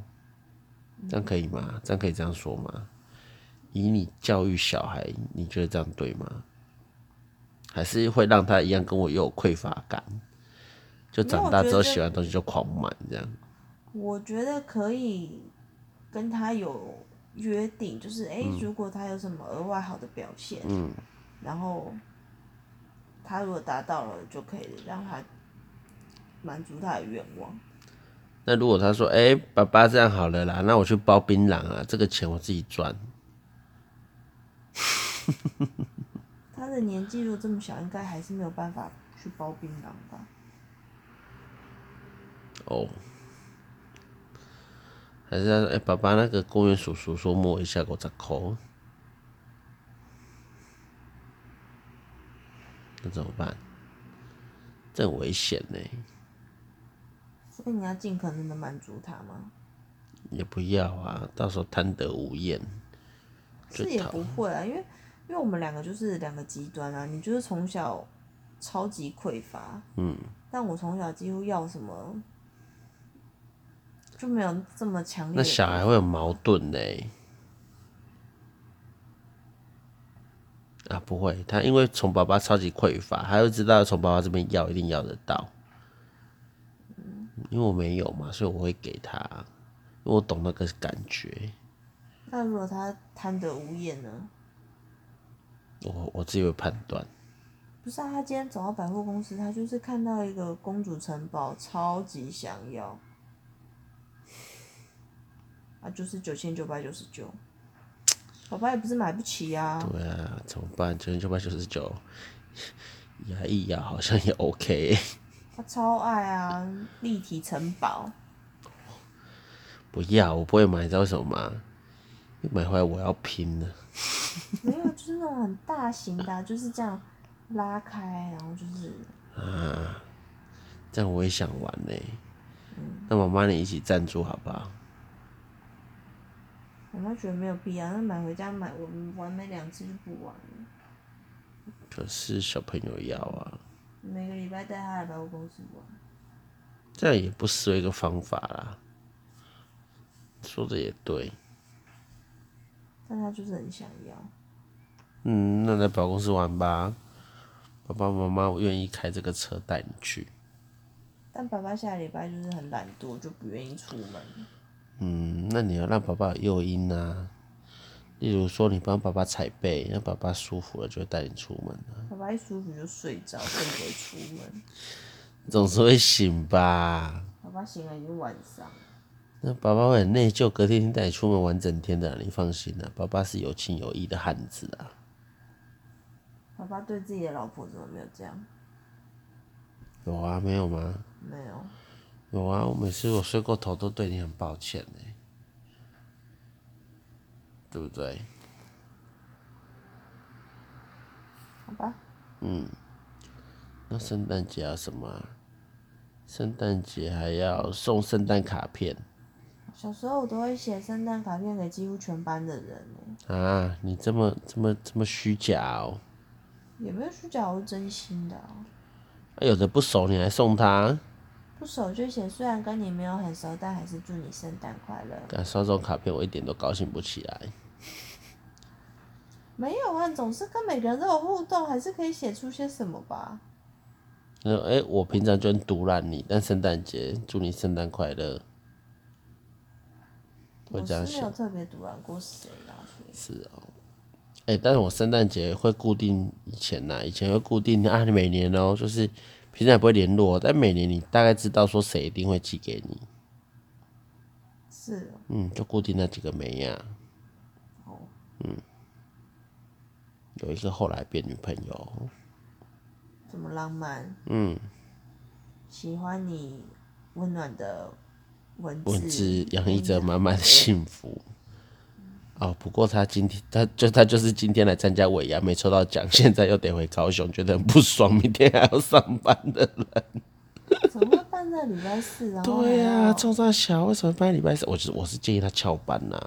Speaker 1: 这样可以吗？这样可以这样说吗？以你教育小孩，你觉得这样对吗？还是会让他一样跟我有匮乏感？就长大之后
Speaker 2: 没有我觉得
Speaker 1: 喜欢的东西就狂买这样。
Speaker 2: 我觉得可以跟他有约定，就是哎、诶如果他有什么额外好的表现，嗯，然后他如果达到了，就可以让他满足他的愿望。
Speaker 1: 那如果他说：“哎、爸爸，这样好了啦，那我去包槟榔啊，这个钱我自己赚。
Speaker 2: 他的年纪如果这么小，应该还是没有办法去包槟榔吧？”
Speaker 1: 哦，还是他说：“哎、爸爸，那个公园叔叔说摸一下我十块，那怎么办？这很危险呢、
Speaker 2: 所以你要尽可能的满足他吗？
Speaker 1: 也不要啊，到时候贪得无厌。
Speaker 2: 是也不会啊，因为因为我们两个就是两个极端啊，你就是从小超级匮乏，嗯，但我从小几乎要什么就没有这么强烈
Speaker 1: 那
Speaker 2: 的。
Speaker 1: 小孩会有矛盾欸呢、啊，不会，他因为从爸爸超级匮乏，他就知道从爸爸这边要一定要得到。因为我没有嘛，所以我会给他，因为我懂那个感觉。
Speaker 2: 那如果他贪得无厌呢？
Speaker 1: 我我自己会判断，
Speaker 2: 不是啊，他今天走到百货公司，他就是看到一个公主城堡，超级想要，啊，就是九千九百九十九，爸爸也不是买不起啊，
Speaker 1: 对啊，怎么办？九千九百九十九，牙一牙好像也 OK，
Speaker 2: 他超爱啊，立体城堡，
Speaker 1: 不要，我不会买，你知道为什么吗？因为买回来我要拼了。
Speaker 2: 没有，就是那种很大型的啊、就是这样拉开，然后就是
Speaker 1: 这样我也想玩呢、那妈妈你一起赞助好不好？
Speaker 2: 我妈觉得没有必要，那买回家买我们玩没两次就不玩了，
Speaker 1: 可是小朋友要啊，
Speaker 2: 每个礼拜带他来百货公司玩。
Speaker 1: 这样也不失为一个方法啦。说的也对，
Speaker 2: 但他就是很想要，
Speaker 1: 嗯，那来保公司玩吧。爸爸妈妈，我愿意开这个车带你去。
Speaker 2: 但爸爸下礼拜就是很懒惰，就不愿意出门。
Speaker 1: 嗯，那你要让爸爸有诱因啊，例如说你帮爸爸踩背，让爸爸舒服了就会带你出门啊
Speaker 2: 爸爸一舒服就睡着，更不会出门。
Speaker 1: 总是会醒吧？
Speaker 2: 爸爸醒了已经晚上，
Speaker 1: 那爸爸会很内疚，隔天带你出门玩整天的啊、你放心啦、爸爸是有情有义的汉子啊。
Speaker 2: 爸爸对自己的老婆怎么没有这样？
Speaker 1: 有啊，没有吗？
Speaker 2: 没有，
Speaker 1: 有啊，我每次我睡过头都对你很抱歉呢、对不对？
Speaker 2: 好吧，
Speaker 1: 那圣诞节要什么啊？圣诞节还要送圣诞卡片
Speaker 2: 小时候我都会写圣诞卡片给几乎全班的人欸呢、
Speaker 1: 啊？你这么这么这么虚假哦、
Speaker 2: 也没有虚假，我是真心的、啊。
Speaker 1: 啊有的不熟你还送他，
Speaker 2: 不熟就写，虽然跟你没有很熟，但还是祝你圣诞快乐。
Speaker 1: 啊，收这种卡片我一点都高兴不起来。
Speaker 2: 没有啊，总是跟每个人都有互动，还是可以写出些什么吧。
Speaker 1: 那哎、我平常就很毒烂你，但圣诞节祝你圣诞快乐。会
Speaker 2: 我
Speaker 1: 这
Speaker 2: 是
Speaker 1: 样
Speaker 2: 没有
Speaker 1: 想
Speaker 2: 特别读完过谁啊，所以
Speaker 1: 是哦、哎、但是我圣诞节会固定以前呐、以前会固定啊，每年哦、就是平常也不会联络，哦但每年你大概知道说谁一定会寄给你，
Speaker 2: 是哦
Speaker 1: 嗯，就固定那几个啊美呀、
Speaker 2: 哦，
Speaker 1: 有一个后来变女朋友，
Speaker 2: 这么浪漫，
Speaker 1: 嗯，
Speaker 2: 喜欢你温暖的文字，嗯
Speaker 1: 文字洋溢着满满的幸福。哦，不过他今天，他就他就是今天来参加尾牙，没抽到奖， 现在又得回高雄，觉得很不爽，明天还要上班的人。
Speaker 2: 怎么会办在礼拜四？然后
Speaker 1: 对呀、
Speaker 2: 还要
Speaker 1: 啊，冲上小为什么办礼拜三？我是我是建议他翘班呐、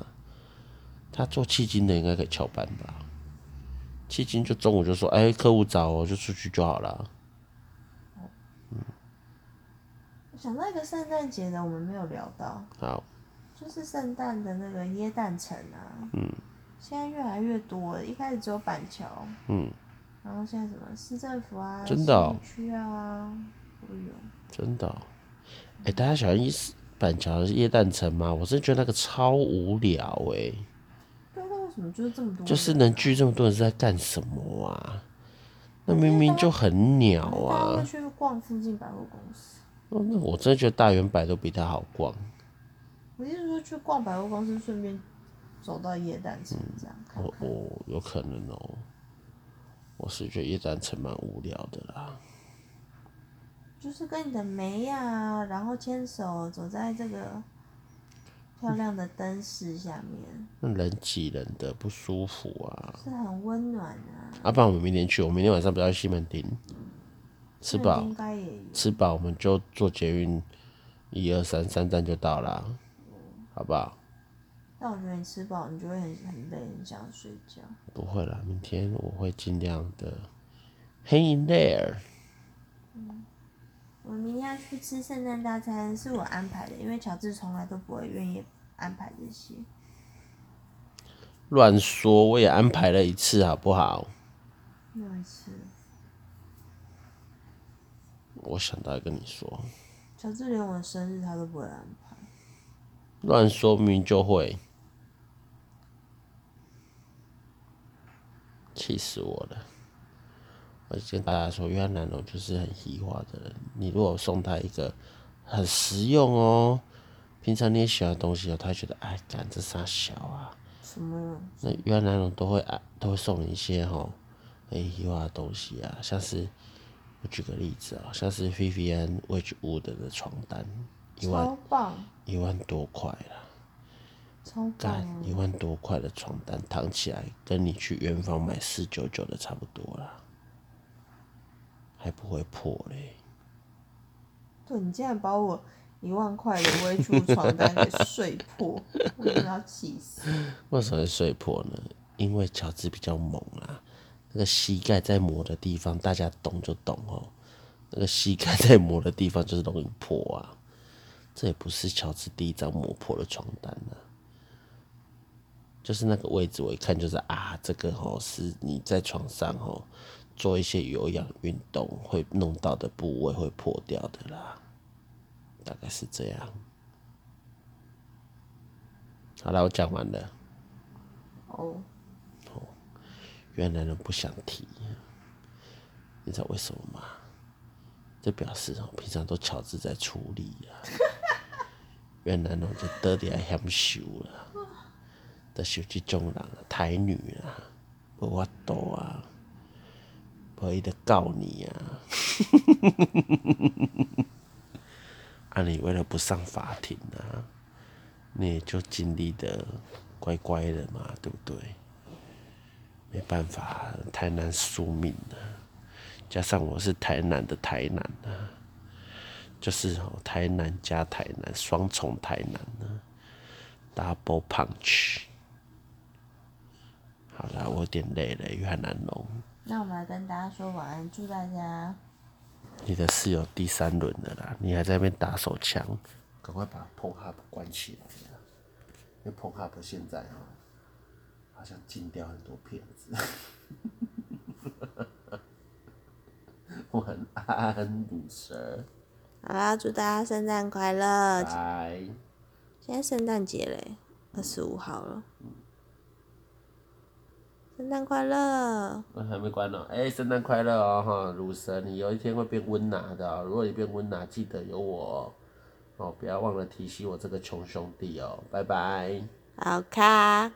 Speaker 1: 他做迄金的应该可以翘班吧？迄金就中午就说，哎、客户找我就出去就好了。
Speaker 2: 我想到一个圣诞节的，我们没有聊到，
Speaker 1: 好，
Speaker 2: 就是圣诞的那个椰蛋城啊，嗯，现在越来越多了，一开始只有板桥，
Speaker 1: 嗯，
Speaker 2: 然后现在什么市政府啊，
Speaker 1: 真的哦
Speaker 2: 信义区啊，都有。
Speaker 1: 真的哦、哎、大家喜欢一板桥的夜蛋城吗？我是觉得那个超无聊哎、
Speaker 2: 对，那为什么就是这么多人啊？
Speaker 1: 就是能聚这么多人是在干什么啊？那明明就很鸟
Speaker 2: 大家会
Speaker 1: 啊！
Speaker 2: 去逛附近百货公司。
Speaker 1: 哦那我真的觉得大圆百都比它好逛。
Speaker 2: 我意思是说去逛百货公司，顺便走到夜蛋城这样看
Speaker 1: 嗯我我有可能哦、我是觉得夜丹城蛮无聊的啦。
Speaker 2: 就是跟你的梅呀、然后牵手走在这个漂亮的灯饰下面，
Speaker 1: 那人挤人的不舒服啊。
Speaker 2: 是很温暖啊。
Speaker 1: 啊，不然我们明天去，我明天晚上不要去西门町，吃
Speaker 2: 那
Speaker 1: 饱
Speaker 2: 应该也有。
Speaker 1: 吃饱我们就坐捷运，一二三三站就到啦，好不好？
Speaker 2: 但我觉得你吃饱，你就会很很累，很想睡觉。
Speaker 1: 不会啦，明天我会尽量的。Hang in there。
Speaker 2: 我明天要去吃圣诞大餐，是我安排的，因为乔治从来都不会愿意安排这些。
Speaker 1: 乱说，我也安排了一次，好不好？
Speaker 2: 没有一次，
Speaker 1: 我想到要跟你说，
Speaker 2: 乔治连我的生日他都不会安排。
Speaker 1: 乱说明明就会，气死我了！我跟大家说，约翰南龙就是很喜化的人。你如果送他一个很实用哦，平常你也喜欢的东西哦，他会觉得哎，干这傻小啊。
Speaker 2: 什么？
Speaker 1: 那原来呢都会啊，都会送你一些哈很喜欢的东西啊，像是我举个例子啊，像是 Vivian Wedgwood 的床单，一万
Speaker 2: 超棒，
Speaker 1: 一万多块啦，
Speaker 2: 超棒
Speaker 1: 干
Speaker 2: 啊！
Speaker 1: 一万多块的床单躺起来，跟你去远方买四九九的差不多啦，还不会破嘞。
Speaker 2: 对你竟然把我一万块的微出床单给睡破，我真的要气死！
Speaker 1: 为什么会睡破呢？因为乔治比较猛啊，那个膝盖在磨的地方，大家懂就懂哦。那个膝盖在磨的地方就是容易破啊，这也不是乔治第一张磨破的床单啊，就是那个位置我一看就是啊，这个哦是你在床上哦做一些有氧运动会弄到的部位会破掉的啦，大概是这样。好了，我讲完了，
Speaker 2: 哦，
Speaker 1: 原来人不想提，你知道为什么吗？这表示哦，平常都乔治在处理呀、原来呢，就得点享受啦，就是啊这种人啊，台女啊，无法度啊，无伊就告你啊。啊，你为了不上法庭啊，你也就尽力的乖乖的嘛，对不对？没办法，台南宿命啊，加上我是台南的台南啊。就是哦，台南加台南，双重台南呢，double punch。好啦，我有点累了，约翰南龙，
Speaker 2: 那我们来跟大家说晚安，祝大家
Speaker 1: 你的室友第三轮了啦，你还在那边打手枪，赶快把 p o n h u b 关起来啦，因为 p o n h u b 现在哦，好像禁掉很多骗子。 晚安，乳蛇，
Speaker 3: 好啦，祝大家圣诞快乐！
Speaker 1: 拜。
Speaker 3: 现在圣诞节嘞，二十五号了，圣诞快乐！
Speaker 1: 那还没关呢、哎、圣诞快乐哦，哈，乳蛇，你有一天会变温拿的哦、如果你变温拿，记得有我哦，哦，不要忘了提醒我这个穷兄弟哦，拜拜。
Speaker 3: 好卡。